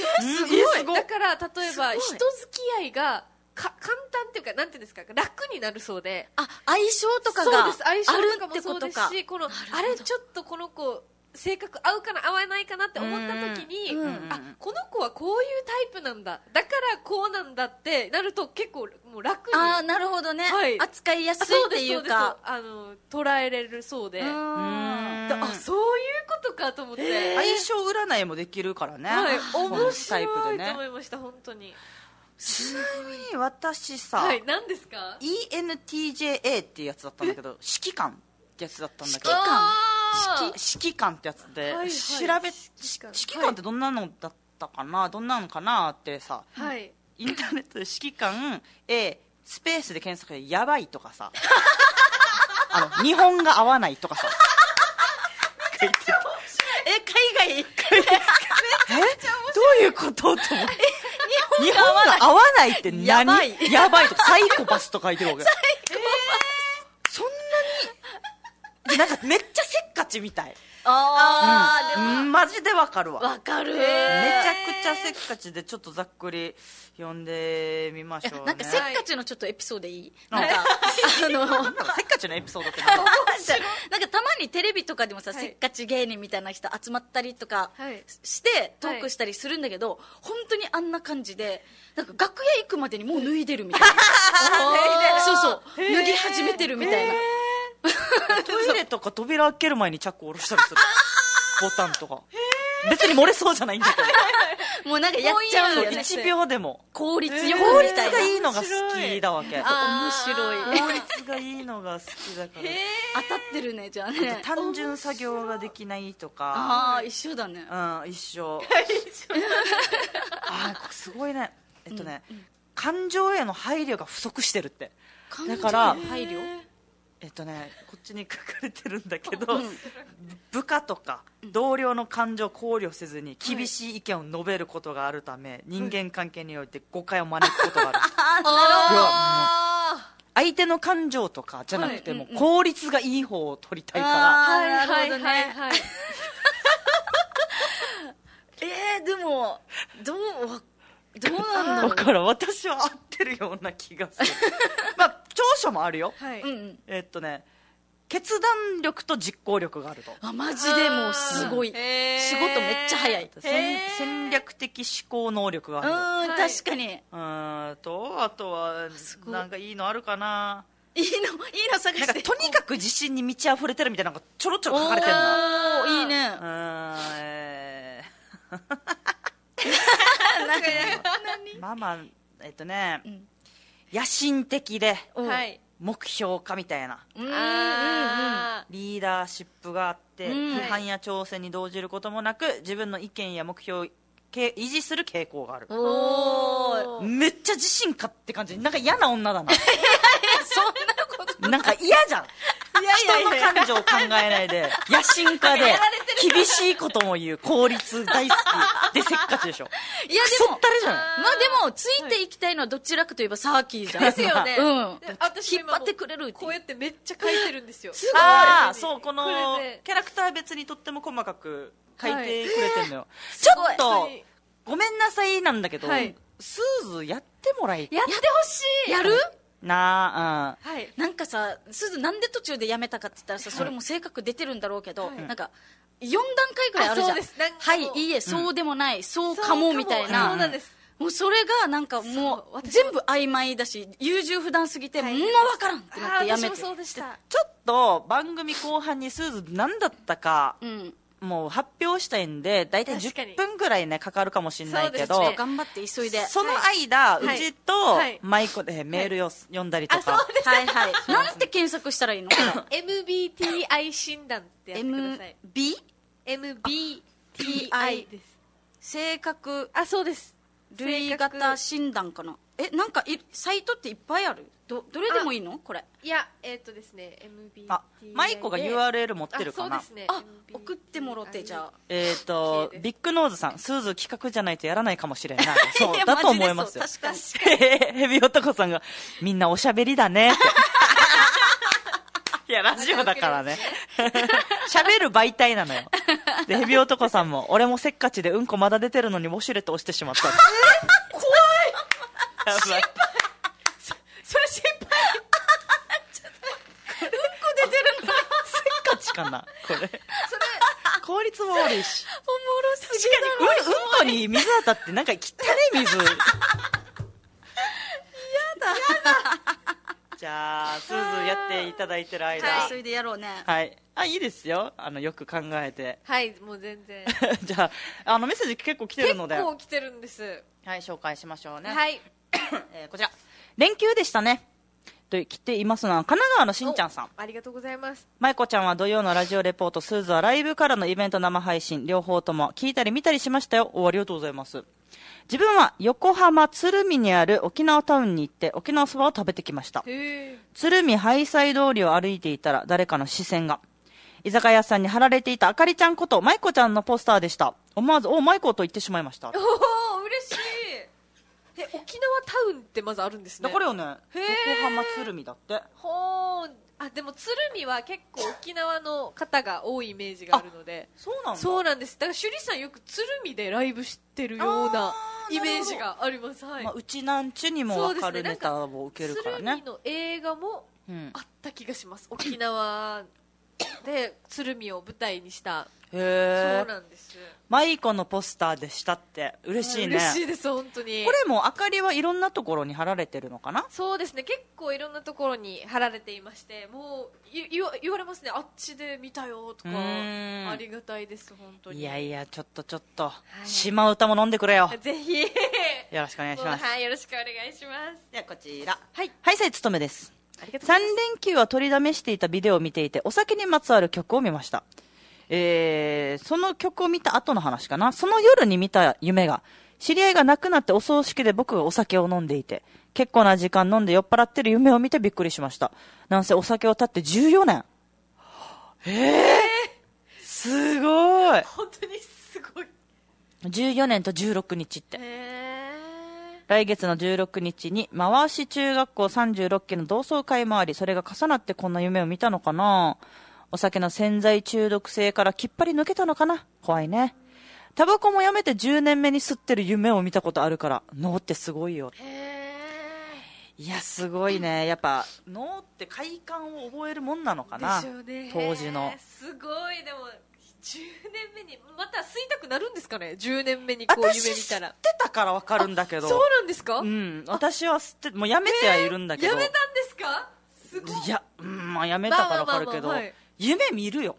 だから例えば人付き合いがか簡単っていうかなんていうんですか楽になるそうであ相性とかそうがです相性あとるかっもてそこうでとすかしこのあれちょっとこの子性格合うかな合わないかなって思った時に、うんうんあこの子はこういうタイプなんだだからこうなんだってなると結構もう楽にああなるほどね、はい扱いやすあいそうっでてすいそううですかあの捉えれるそうで、うでんあそういうことかと思って、相性占いもできるからね、はい、この面タイ白プでいとね思いました、本当に。ちなみに私さ、はい、何ですか ENTJA っていうやつだったんだけど指揮官ってやつだったんだけどあー指揮官ってやつで、はいはい調べし官指揮官ってどんなのだったかな、どんなのかなってさはい。インターネットで指揮官 A スペースで検索でやばいとか さあの日本が合わないとかさ書いてたえ海外えどういうことと思って日本が合わないって何やばいやばいとかサイコパスとか書いてるわけサイそんなにでなんかめっちゃせっかちみたいあうんマジでわかるわあわかるめちゃくちゃせっかちでちょっとざっくり読んでみましょうねなんかせっかちのちょっとエピソードいい、はいなんか あのなんなんかかせっかちのエピソードって なんだたまにテレビとかでもさ、はいせっかち芸人みたいな人集まったりとかはいしてトークしたりするんだけど、本当にあんな感じでなんか楽屋行くまでにもう脱いでるみたいなそうそう脱ぎ始めてるみたいなトイレとか扉開ける前にチャック下ろしたりするボタンとか別に漏れそうじゃないんだけどもうなんか やっちゃうんだよね1秒でも効率効よくみ率たいながいいのが好きだわけ面白い効率がいいのが好きだから当たってるねじゃあね単純作業ができないとかああ一緒だねうん一 緒あーすごいねえっとね、感情への配慮が不足してるってだから感情配慮えっとねこっちに書かれてるんだけど、部下とか同僚の感情を考慮せずに厳しい意見を述べることがあるため、人間関係において誤解を招くことがある、要はもうあ相手の感情とかじゃなくても、効率がいい方を取りたいからああーーなるほどね、はい。えー、でもどうわどうなんだろ、だからん私は合ってるような気がするまあ長所もあるよ、はいううんうんえっとね決断力と実行力があるとあマジでもうすごいあーへー仕事めっちゃ早い戦戦略的思考能力がうあるーん、はい確かにいいうんとあとはなんかいいのあるかなのいいの探なん しかてとにかく自信に満ち溢れてるみたいなのがちょろちょろ書かれてるなおーいいねうーんえーまあまあえっとね、野心的で うんはい。目標化みたいなうんうんうんあリーダーシップがあって、うん批判や挑戦に動じることもなく自分の意見や目標をけ維持する傾向があるおーおめっちゃ自信家って感じなんか嫌な女だないやいやそんなことなんか嫌じゃん人の感情を考えないで野心家で厳しいことも言う効率大好きでせっかちでしょいやクでソもったれじゃないまあでもついていきたいのはどちらかといえばサーキーじゃんですよね。うんで私引っ今張もってくれるってこうやってめっちゃ書いてるんですよ。すああそうこのこれでキャラクター別にとっても細かく書いてくれてんのよ、ごちょいっとごめんなさいなんだけど、はいスーズやってもらいたいやってほしい。やるなあ、はい。なんかさすずなんで途中でやめたかって言ったらさそれも性格出てるんだろうけど、はいなんか4段階ぐらいあるじゃんあそうですなんかはいもういいえそうでもない、そうかもみたいそうななんです。もうそれがなんかもそうう私も全部曖昧だし優柔不断すぎて、はいもう分からんってなっあてーや私めもてそうでした。ちょっと番組後半にスーズ何だったか、うんもう発表したいんで大体確かに10分ぐらいねかかるかもしれないけどそちょうですっと頑張って急いでその間、はいうちとはいマイコでメールを読んだりとあ、か、 そうです。はいはいなんて検索したらいいの MBTI 診断 ってやってください MB。 MBTI です。性格あ、そうです。類型診断かなえなんかいサイトっていっぱいあるどどれでもいいのこれいや、えっとですね、MBTI で。あマイコが URL 持ってるかなあ、そうですね。あ MBTI 送ってもろてじゃあえっ、と綺麗ですビッグノーズさんスーズ企画じゃないとやらないかも しれんないそいうやだと思いまマジすでよそう確かに ヘビ男さんが、みんなおしゃべりだねっ て。いや、ラジオだからね。 喋る媒体なのよ。で、ヘビ男さんも、俺もせっかちでうんこまだ出てるのにウォシュレット押してしまった。怖い心配かなこれ 効率も悪いしおもろすぎだ確かにうんうんこに水当たってなんか汚い水嫌だじゃあスーズーやっていただいてる間はい、はそい、れでやろうね。あいいですよあのよく考えて はいもう全然じゃああのメッセージ結構来てる結ので構来てるんですはい、紹介しましょうね、はいえーこちら連休でしたねと来ていますのは神奈川のしんちゃんさんおありがとうございます舞子ちゃんは土曜のラジオレポート、スーズはライブからのイベント生配信、両方とも聞いたり見たりしましたよ。おありがとうございます。自分は横浜鶴見にある沖縄タウンに行って沖縄そばを食べてきました。へえ鶴見ハイサイ通りを歩いていたら誰かの視線が。居酒屋さんに貼られていたあかりちゃんこと舞子ちゃんのポスターでした。思わず、お、舞子と言ってしまいました。おだお嬉しいえ沖縄タウンってまずあるんですねからよね、へー横浜鶴見だって。ほーあでも鶴見は結構沖縄の方が多いイメージがあるのでそうなんだ。そうなんですだから趣里さんよく鶴見でライブしてるようなあーイメージがありますはい、まあ、うちなんちゅにもわかるそうですねネタを受けるから鶴ね見。の映画もうんあった気がします沖縄で鶴見を舞台にしたへそうーなんですマイコのポスターでしたって嬉しいね嬉しいです本当にこれも明かりはいろんなところに貼られてるのかなそうですね結構いろんなところに貼られていましてもうい言わ言われますねあっちで見たよとうかーんありがたいです本当にいやいやちょっとちょっと、い島歌も飲んでくれよぜひよろしくお願いしますもうはいよろしくお願いしますではこちらはいはいさいつとめですありがとうござ3いま連休は取りだめしていたビデオを見ていてお酒にまつわる曲を見ました、えーその曲を見た後の話かなその夜に見た夢が知り合いが亡くなってお葬式で僕がお酒を飲んでいて結構な時間飲んで酔っ払ってる夢を見てびっくりしましたなんせお酒を絶って14年えー、すごいす本当にすごい14年と16日ってへ来月の16日に回し中学校36期の同窓会もありそれが重なってこんな夢を見たのかなお酒の潜在中毒性からきっぱり抜けたのかな怖いねタバコもやめて10年目に吸ってる夢を見たことあるから脳ってすごいよえへいやすごいねやっぱ脳って快感を覚えるもんなのかえなでしょうね当時のすごいでも10年目にまた吸いたくなるんですかね10年目にこう私夢見吸たっらてたからわかるんだけどそうなんですか、うん私は吸ってもうやめてはいるんだけど、やめたんですかすごいいや、うん、まあやめたからわかるけど、まあまあまあまあはい夢見るよ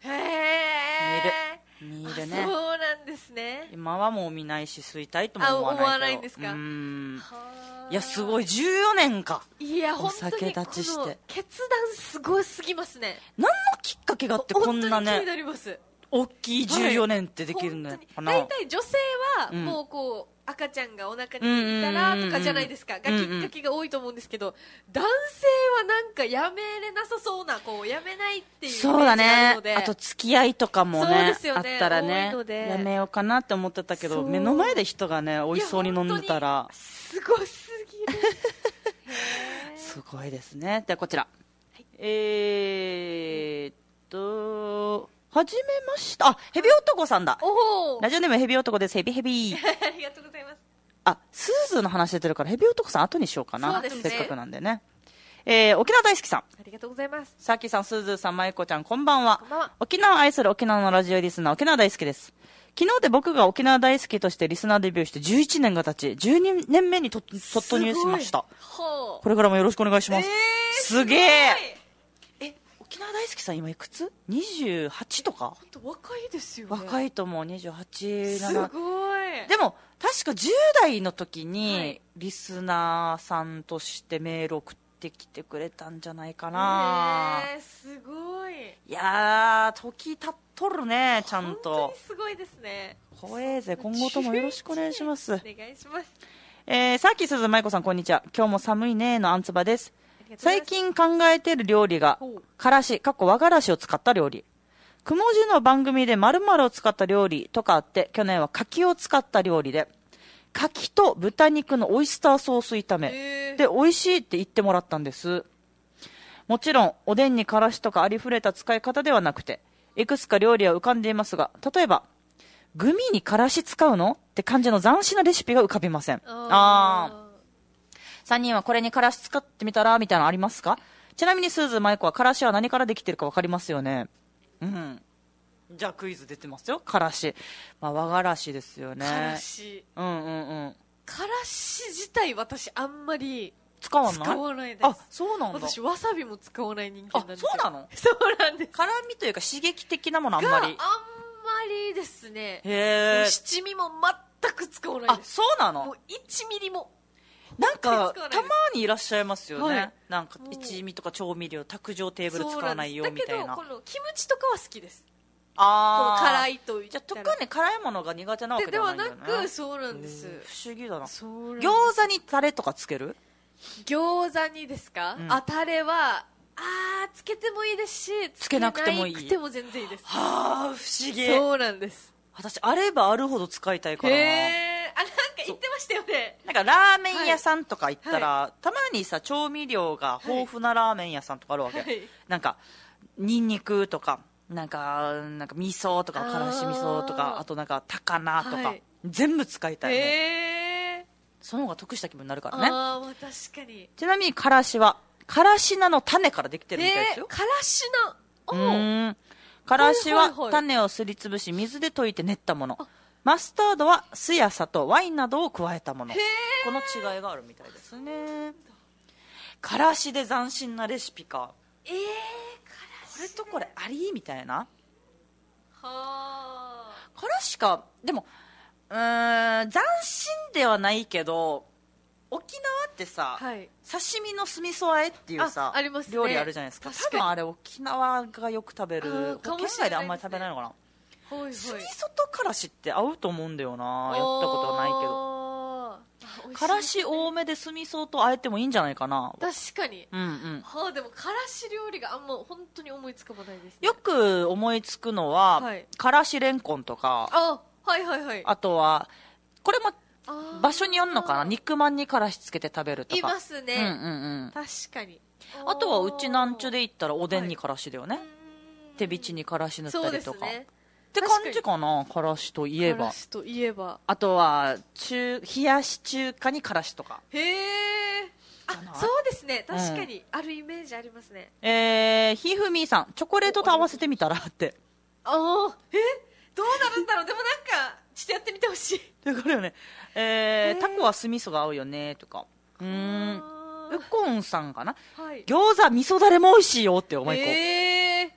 へえ見るねそうなんですね今はもう見ないし吸いたいとも思わないけどあ思わないんですかうーんはいやすごい14年かいや本当おに酒立ちしてこの決断すごすぎますね何のきっかけがあってこんな本当に気にねなります大きい14年ってできるの本か当にな、大体女性はうんもうこう、赤ちゃんがお腹にいたらとかじゃないですか、うんうんうんうんがきっかけが多いと思うんですけど、男性はなんかやめれなさそうなこうやめないっていうイメージそうだがあるねのであと付き合いとかもねそうですあよっねたら多ねいのでやめようかなって思ってたけどそう目の前で人がねおいしそうに飲んでたいやら本当にすごすぎるすごいですね。ではこちら。えーっと、はじめまして。あ、ヘビ男さんだ。おおあラジオネームヘビ男です。ヘビヘ ビ。りがとうございますあ、スーズーの話出てるからヘビ男さん後にしようかな。そうですねせっかくなんでね。えー沖縄大好きさん。ありがとうございますさきさん、すーずーさん、まゆこちゃん、こんばんは。こんばんは沖縄を愛する沖縄のラジオリスナー、沖縄大好きです。昨日で僕が沖縄大好きとしてリスナーデビューして11年が経ち、12年目にと突入しました。ほこれからもよろしくお願いしうます。すげええすごいえ沖縄大好きさん今いくつ ?28 とか本当若いですよね若いいと思う28すなごいでも確か10代の時はにいリスナーさんとしてメール送ってきてくれたんじゃないかな、えーすごいいやー時経っとるねちゃん本当とにすごいですね怖えぜ今後ともよろしくお願いしますお願いしますえー、さっきすずまいこさんこんにちは今日も寒いねーのあんつばです最近考えている料理がほう、からし、かっこ和がらしを使った料理。くもじの番組で〇〇を使った料理とかあって、去年は柿を使った料理で、柿と豚肉のオイスターソース炒へめーで、美味しいって言ってもらったんです。もちろん、おでんにからしとかありふれた使い方ではなくて、いくつか料理は浮かんでいますが、例えば、グミにからし使うのって感じの斬新なレシピが浮かびません。あー。3人はこれにからし使ってみたらみたいなのありますかちなみにスーズーマイコはからしは何からできてるかわかりますよねうん。じゃあクイズ出てますよ。からし。まあ、和がらしですよね。からしうんうんうん。からし自体私あんまり使わない使わないですあ、そうなんだ。私わさびも使わない人間なんですよあそうなのそうなんです辛味というか刺激的なものあんがまあんまり。りですねへえ。七味も全く使わないあで、すそうなものう1ミリもなんか、使わないでたますにいらっしゃいますよね。はいなんかも、う一味とか調味料、卓上テーブル使そうわんなでいすよ、みたいだなけ。どこのキムチとかは好きですこあうー辛いと言っじたゃらあ、特に辛いものが苦手なわでけででははないなんだよくね。そうなんです不思議だな。餃そうなん子にタレとかつける餃子にですか、うんあたれはあーつけてもいいですしつけなくてもいいつけなくても全然いいですはあ、不思議。そうなんです私、あればあるほど使いたいかへらな。えあなんか言ってましたよねなんかラーメン屋さんとか行ったら、たまにさ調味料が豊富なラーメン屋さんとかあるわけ、はいなんかニンニクとかなんかなんか味噌とかあーからし味噌とかあとなんか高菜とか、はい全部使いたい、ね、へえその方が得した気分になるからねああーまあ確かにちなみにからしはからし菜の種からできてるみたいですえよ、からしうのおーーんからしはいははいはい種をすりつぶし水で溶いて練ったものマスタードは酢や砂糖ワインなどを加えたものこの違いがあるみたいですねからしで斬新なレシピかえーからこれとこれありみたいなはあからしかでもうーん斬新ではないけど沖縄ってさ、はい刺身の酢味噌和えっていうさあありますね料理あるじゃないですか確かに多分あれ沖縄がよく食べあるーか保も険しれな外いですねであんまり食べないのかなほいほい酢味噌とからしって合うと思うんだよなやったことはないけどどからし多めで酢味噌と和えてもいいんじゃないかな確かにうんうんはあでもからし料理があんま本当に思いつかばないですねよく思いつくのは、はいからしれんこんとかあはいはいはいあとはこれもあー場所によるのかな肉まんにからしつけて食べるとかいますね、うんうん確かにうんあとはうちなんちゅでい行ったらおでんにからしだよね、手びちにからし塗ったりとか、って感じかなからしといえかばらしといえばあとは中冷やし中華にからしとかへえじゃなあいそうですね確かに、あるイメージありますねえー、ひふみーさんチョコレートと合わせてみたら ってああえどうなるんだろうでもなんかちょっとやってみてほしいだからよね、えー、タコは酢味噌が合うよねとかうーんあウコンさんかなーはい餃子味噌だれも美味しいよってお前こう、えー、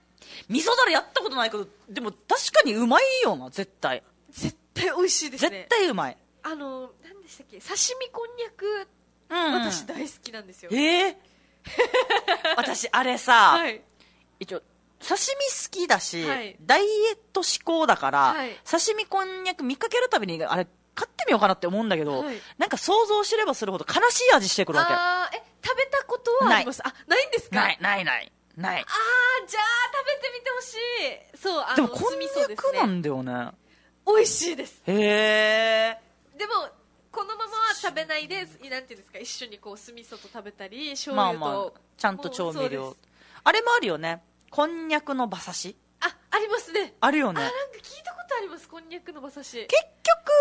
味噌だれやったことないけどでも確かにうまいよな絶対絶対美味しいですね絶対うまい、あの何でしたっけ刺身こんにゃく、うん私大好きなんですよえー、 私あれさ、はい一応刺身好きだし、はいダイエット志向だから、はい刺身こんにゃく見かけるたびにあれ買ってみようかなって思うんだけど、はいなんか想像すればするほど悲しい味してくるわけあーえ食べたことはありますあないんですかないないないないああじゃあ食べてみてほしいそうあでのもこんに酢味噌でゃすくなねんだよね美味しいですへえでもこのままは食べないでいなんていうんですか一緒にこう酢味噌と食べたり醤まあ油と、まあちゃんと調味もうそう料ですあれもあるよねこんにゃくの馬刺しあありますねあるよあなんねか聞いたことありますこんにゃくの馬刺し結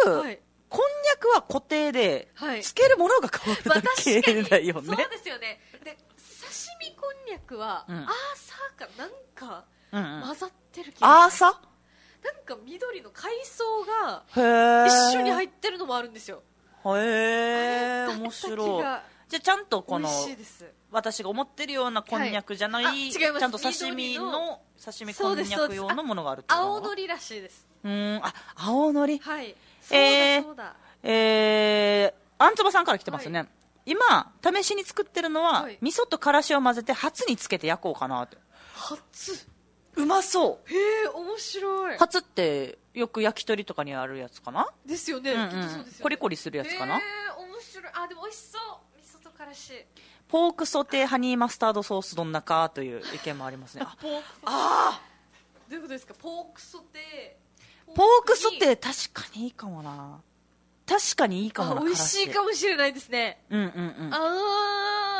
局、はいこんにゃくは固定で、はいつけるものが変わまあるだ確かけにだよそうね。ですよねで刺身こんにゃくは、うんアーサーかなんかうんうん混ざってる気アがーすサるなんか緑の海藻がへー一緒に入ってるのもあるんですよへー、食べた気が面白い。じゃあちゃんとこ美の味、しいです私が思ってるようなこんにゃくじゃない、はいあ違いますちゃんと刺身緑のの、刺身こんにゃく用のものがあるってこと青のりらしいですうーん、あ、青のり。はいそうえーだそうだ、えー、あんつばさんから来てますね。今、試しに作ってるのは、はい味噌とからしを混ぜて、ハツにつけて焼こうかなって。初うまそう。へえ面白いハツってよく焼き鳥とかにあるやつかな、ですよね、うんうんきっとそうですよねコリコリするやつかな、へえ面白いあでも美味しそう味噌とからしポークソテーハニーマスタードソースどんなかという意見もあり ますねあポークああどういうことですかポークソテーポークソーテー確かにいいかもな確かにいいかもなあ美味しい辛かもしれないですねうんうんうんあ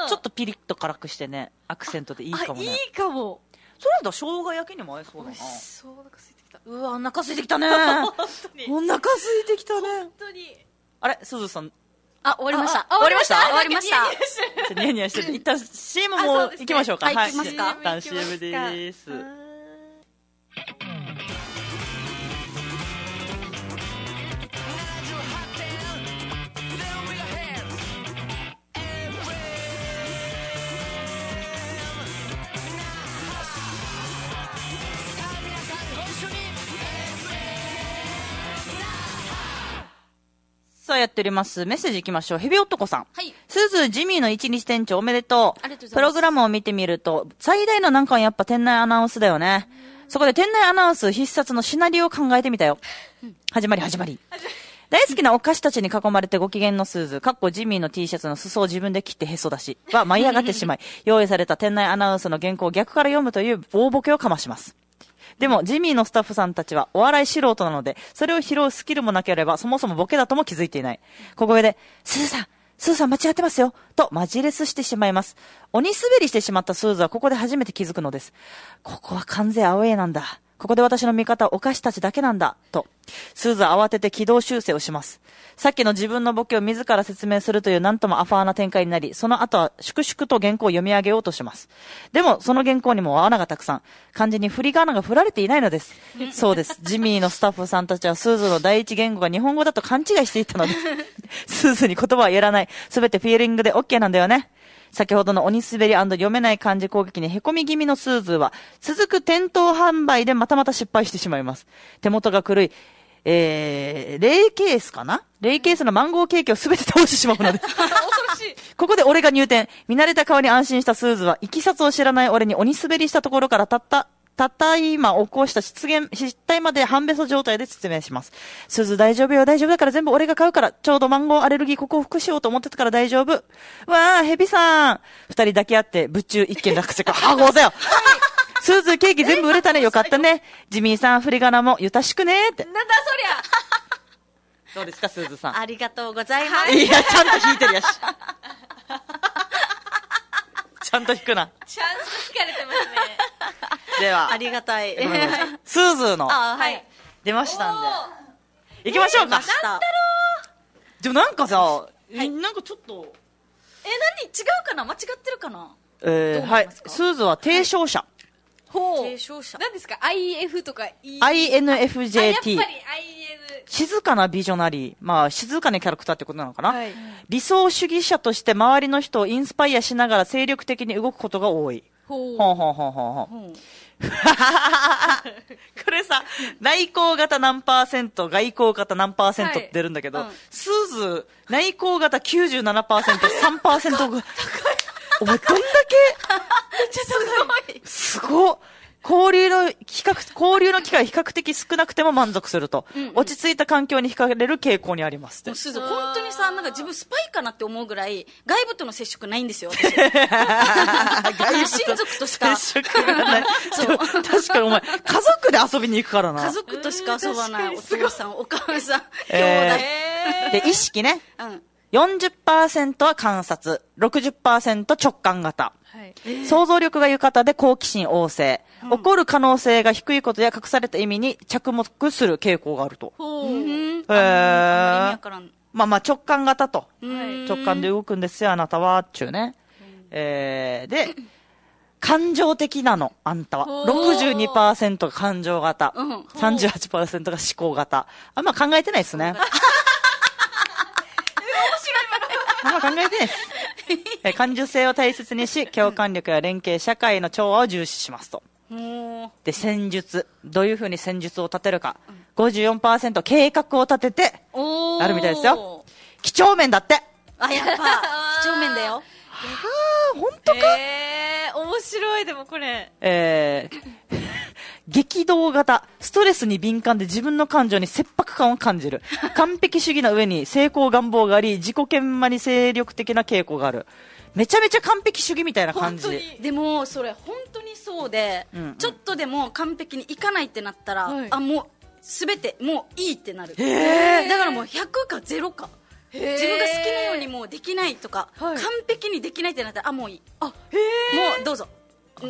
あちょっとピリッと辛くしてねアクセントでいいかもねあいいかもそれだと生姜焼きにも合いそう美だな味しそうお腹空いてきたうわお腹空いてきたね本当に お本腹空いてきたね当に あれすずさんあ、終わりました。ああ終わりました終わりました。ちょっとニヤニヤしてる一旦 CM あそもうですね行きましょうかはい行きますか一旦 CM ですあーさあやっております。メッセージいきましょう。ヘビ男さん。はい。すずジミーの一日店長おめでとう。ありがとうございますプログラムを見てみると、最大の難関はやっぱ店内アナウンスだよね。そこで店内アナウンス必殺のシナリオを考えてみたよ。始まり始まり。大好きなお菓子たちに囲まれてご機嫌のスーズ、かっこジミーの T シャツの裾を自分で切ってへそ出し、は舞い上がってし まい、用意された店内アナウンスの原稿を逆から読むという大ボケをかまします。でも、ジミーのスタッフさんたちはお笑い素人なので、それを拾うスキルもなければ、そもそもボケだとも気づいていない。小声で、スーさん、スーさん間違ってますよと、マジレスしてしまいます。鬼滑りしてしまったスーズはここで初めて気づくのです。ここは完全アウェーなんだ。ここで私の味方はお菓子たちだけなんだ。と、スーズは慌てて軌道修正をします。さっきの自分のボケを自ら説明するというなんともアファーな展開になり、その後は粛々と原稿を読み上げようとします。でも、その原稿にも罠がたくさん。漢字に振り仮名が振られていないのです。そうです。ジミーのスタッフさんたちはスーズの第一言語が日本語だと勘違いしていたのです。スーズに言葉はやらない。すべてフィーリングで OK なんだよね。先ほどの鬼滑り読めない漢字攻撃に凹み気味のスーズーは、続く店頭販売でまたまた失敗してしまいます。手元が狂い、えー、レイケースかなレイケースのマンゴーケーキをすべて倒してしまうのです。恐ろしい。ここで俺が入店。見慣れた顔に安心したスーズは、いきさつを知らない俺に鬼滑りしたところからたった、たった今起こした失言、失態まで半べそ状態で説明します。スーズ大丈夫よ、大丈夫だから全部俺が買うから、ちょうどマンゴーアレルギー克服しようと思ってたから大丈夫。わあ、ヘビさん。二人抱き合って、ぶっちゅう一件落 着か。はごだよ。スーズケーキ全部売れたね。よかったね。ジミーさん、振り仮名も、ゆたしくねって。なんだそりゃどうですか、スーズさん。ありがとうございます。いや、ちゃんと弾いてるやし。ちゃんと弾くな。ちゃんと聞かれてますね。ではあ。りがたい。ごめんなさいスーズーの あ、はい。出ましたんでおー行きましょうかました。でもなんかさなんかちょっとえ、何違うかな間違ってるかなえーどう思いはいますかスーズーは提唱者ほう。提唱者何ですか ?IF とか E。あやっぱり INFJT IN。静かなビジョナリーまあ静かなキャラクターってことなのかなはい理想主義者として周りの人をインスパイアしながら精力的に動くことが多いほう。ほんほんほんほんほん これさ内向型何パーセント外向型何パーセントって出るんだけど、はいうんスーズ内向型 97%3% ぐらいお前どんだけすごい交流の比較、交流の機会比較的少なくても満足すると、落ち着いた環境に惹かれる傾向にありますもっうて。すず、本当にさ、なんか自分スパイかなって思うぐらい、外部との接触ないんですよ、 私親族としか、接触がない。そう確かにお前、家族で遊びに行くからな。家族としか遊ばない、お父さん、お母さん、 えー兄で、意識ね。弟。うん。 40%は観察、60%直感型。はい。想像力が豊かで好奇心旺盛。起こる可能性が低いことや隠された意味に着目する傾向があると。ほうう。ん。へあんまり意味わーからん。まあまあ直感型と。うん直感で動くんですよ、あなたは、っちゅうね。えー、で、感情的なの、あんたは。ほう62%が感情型。うん38%が思考型。あんま考えてないですね。 あんま考えてないです。えー感受性を大切にし、共感力や連携、社会の調和を重視しますと。もう、で、戦術。どういうふうに戦術を立てるか。54%計画を立てて、おーなるみたいですよ。几帳面だって。あ、やっ ぱ、几帳面だよ。あ、本当えー、面白い、でもこれ。えー 激動型、ストレスに敏感で自分の感情に切迫感を感じ る。完璧主義の上に成功願望があり、自己研磨に精力的な傾向がある。めちゃめちゃ完璧主義みたいな感本じ当。に。でもそれ本当にそうで、んうんちょっとでも完璧にいかないってなったら、はいあもうすべてもういいってなる、だからもう100か0か自自分が好きなようにもうできないとか、はい完璧にできないってなったらあもういいあ、へもうどうぞ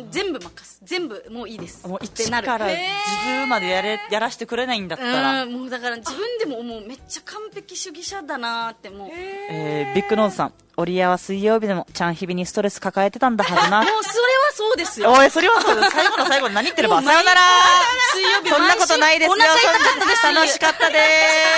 全部任す全部もういいですもうって一なるからへー十までやれ、やらしてくれないんだったら。うんもうだから自分でももうめっちゃ完璧主義者だなーってもうもうえ。えービッグノーズさん、オリアは水曜日でも、ちゃん日々にストレス抱えてたんだはずな。 それはそうですよおい、それはそうです。最後の最後に何言ってれば。もう毎さよなら水曜日そんなことないですよ。毎週お腹痛かったです楽しかったです。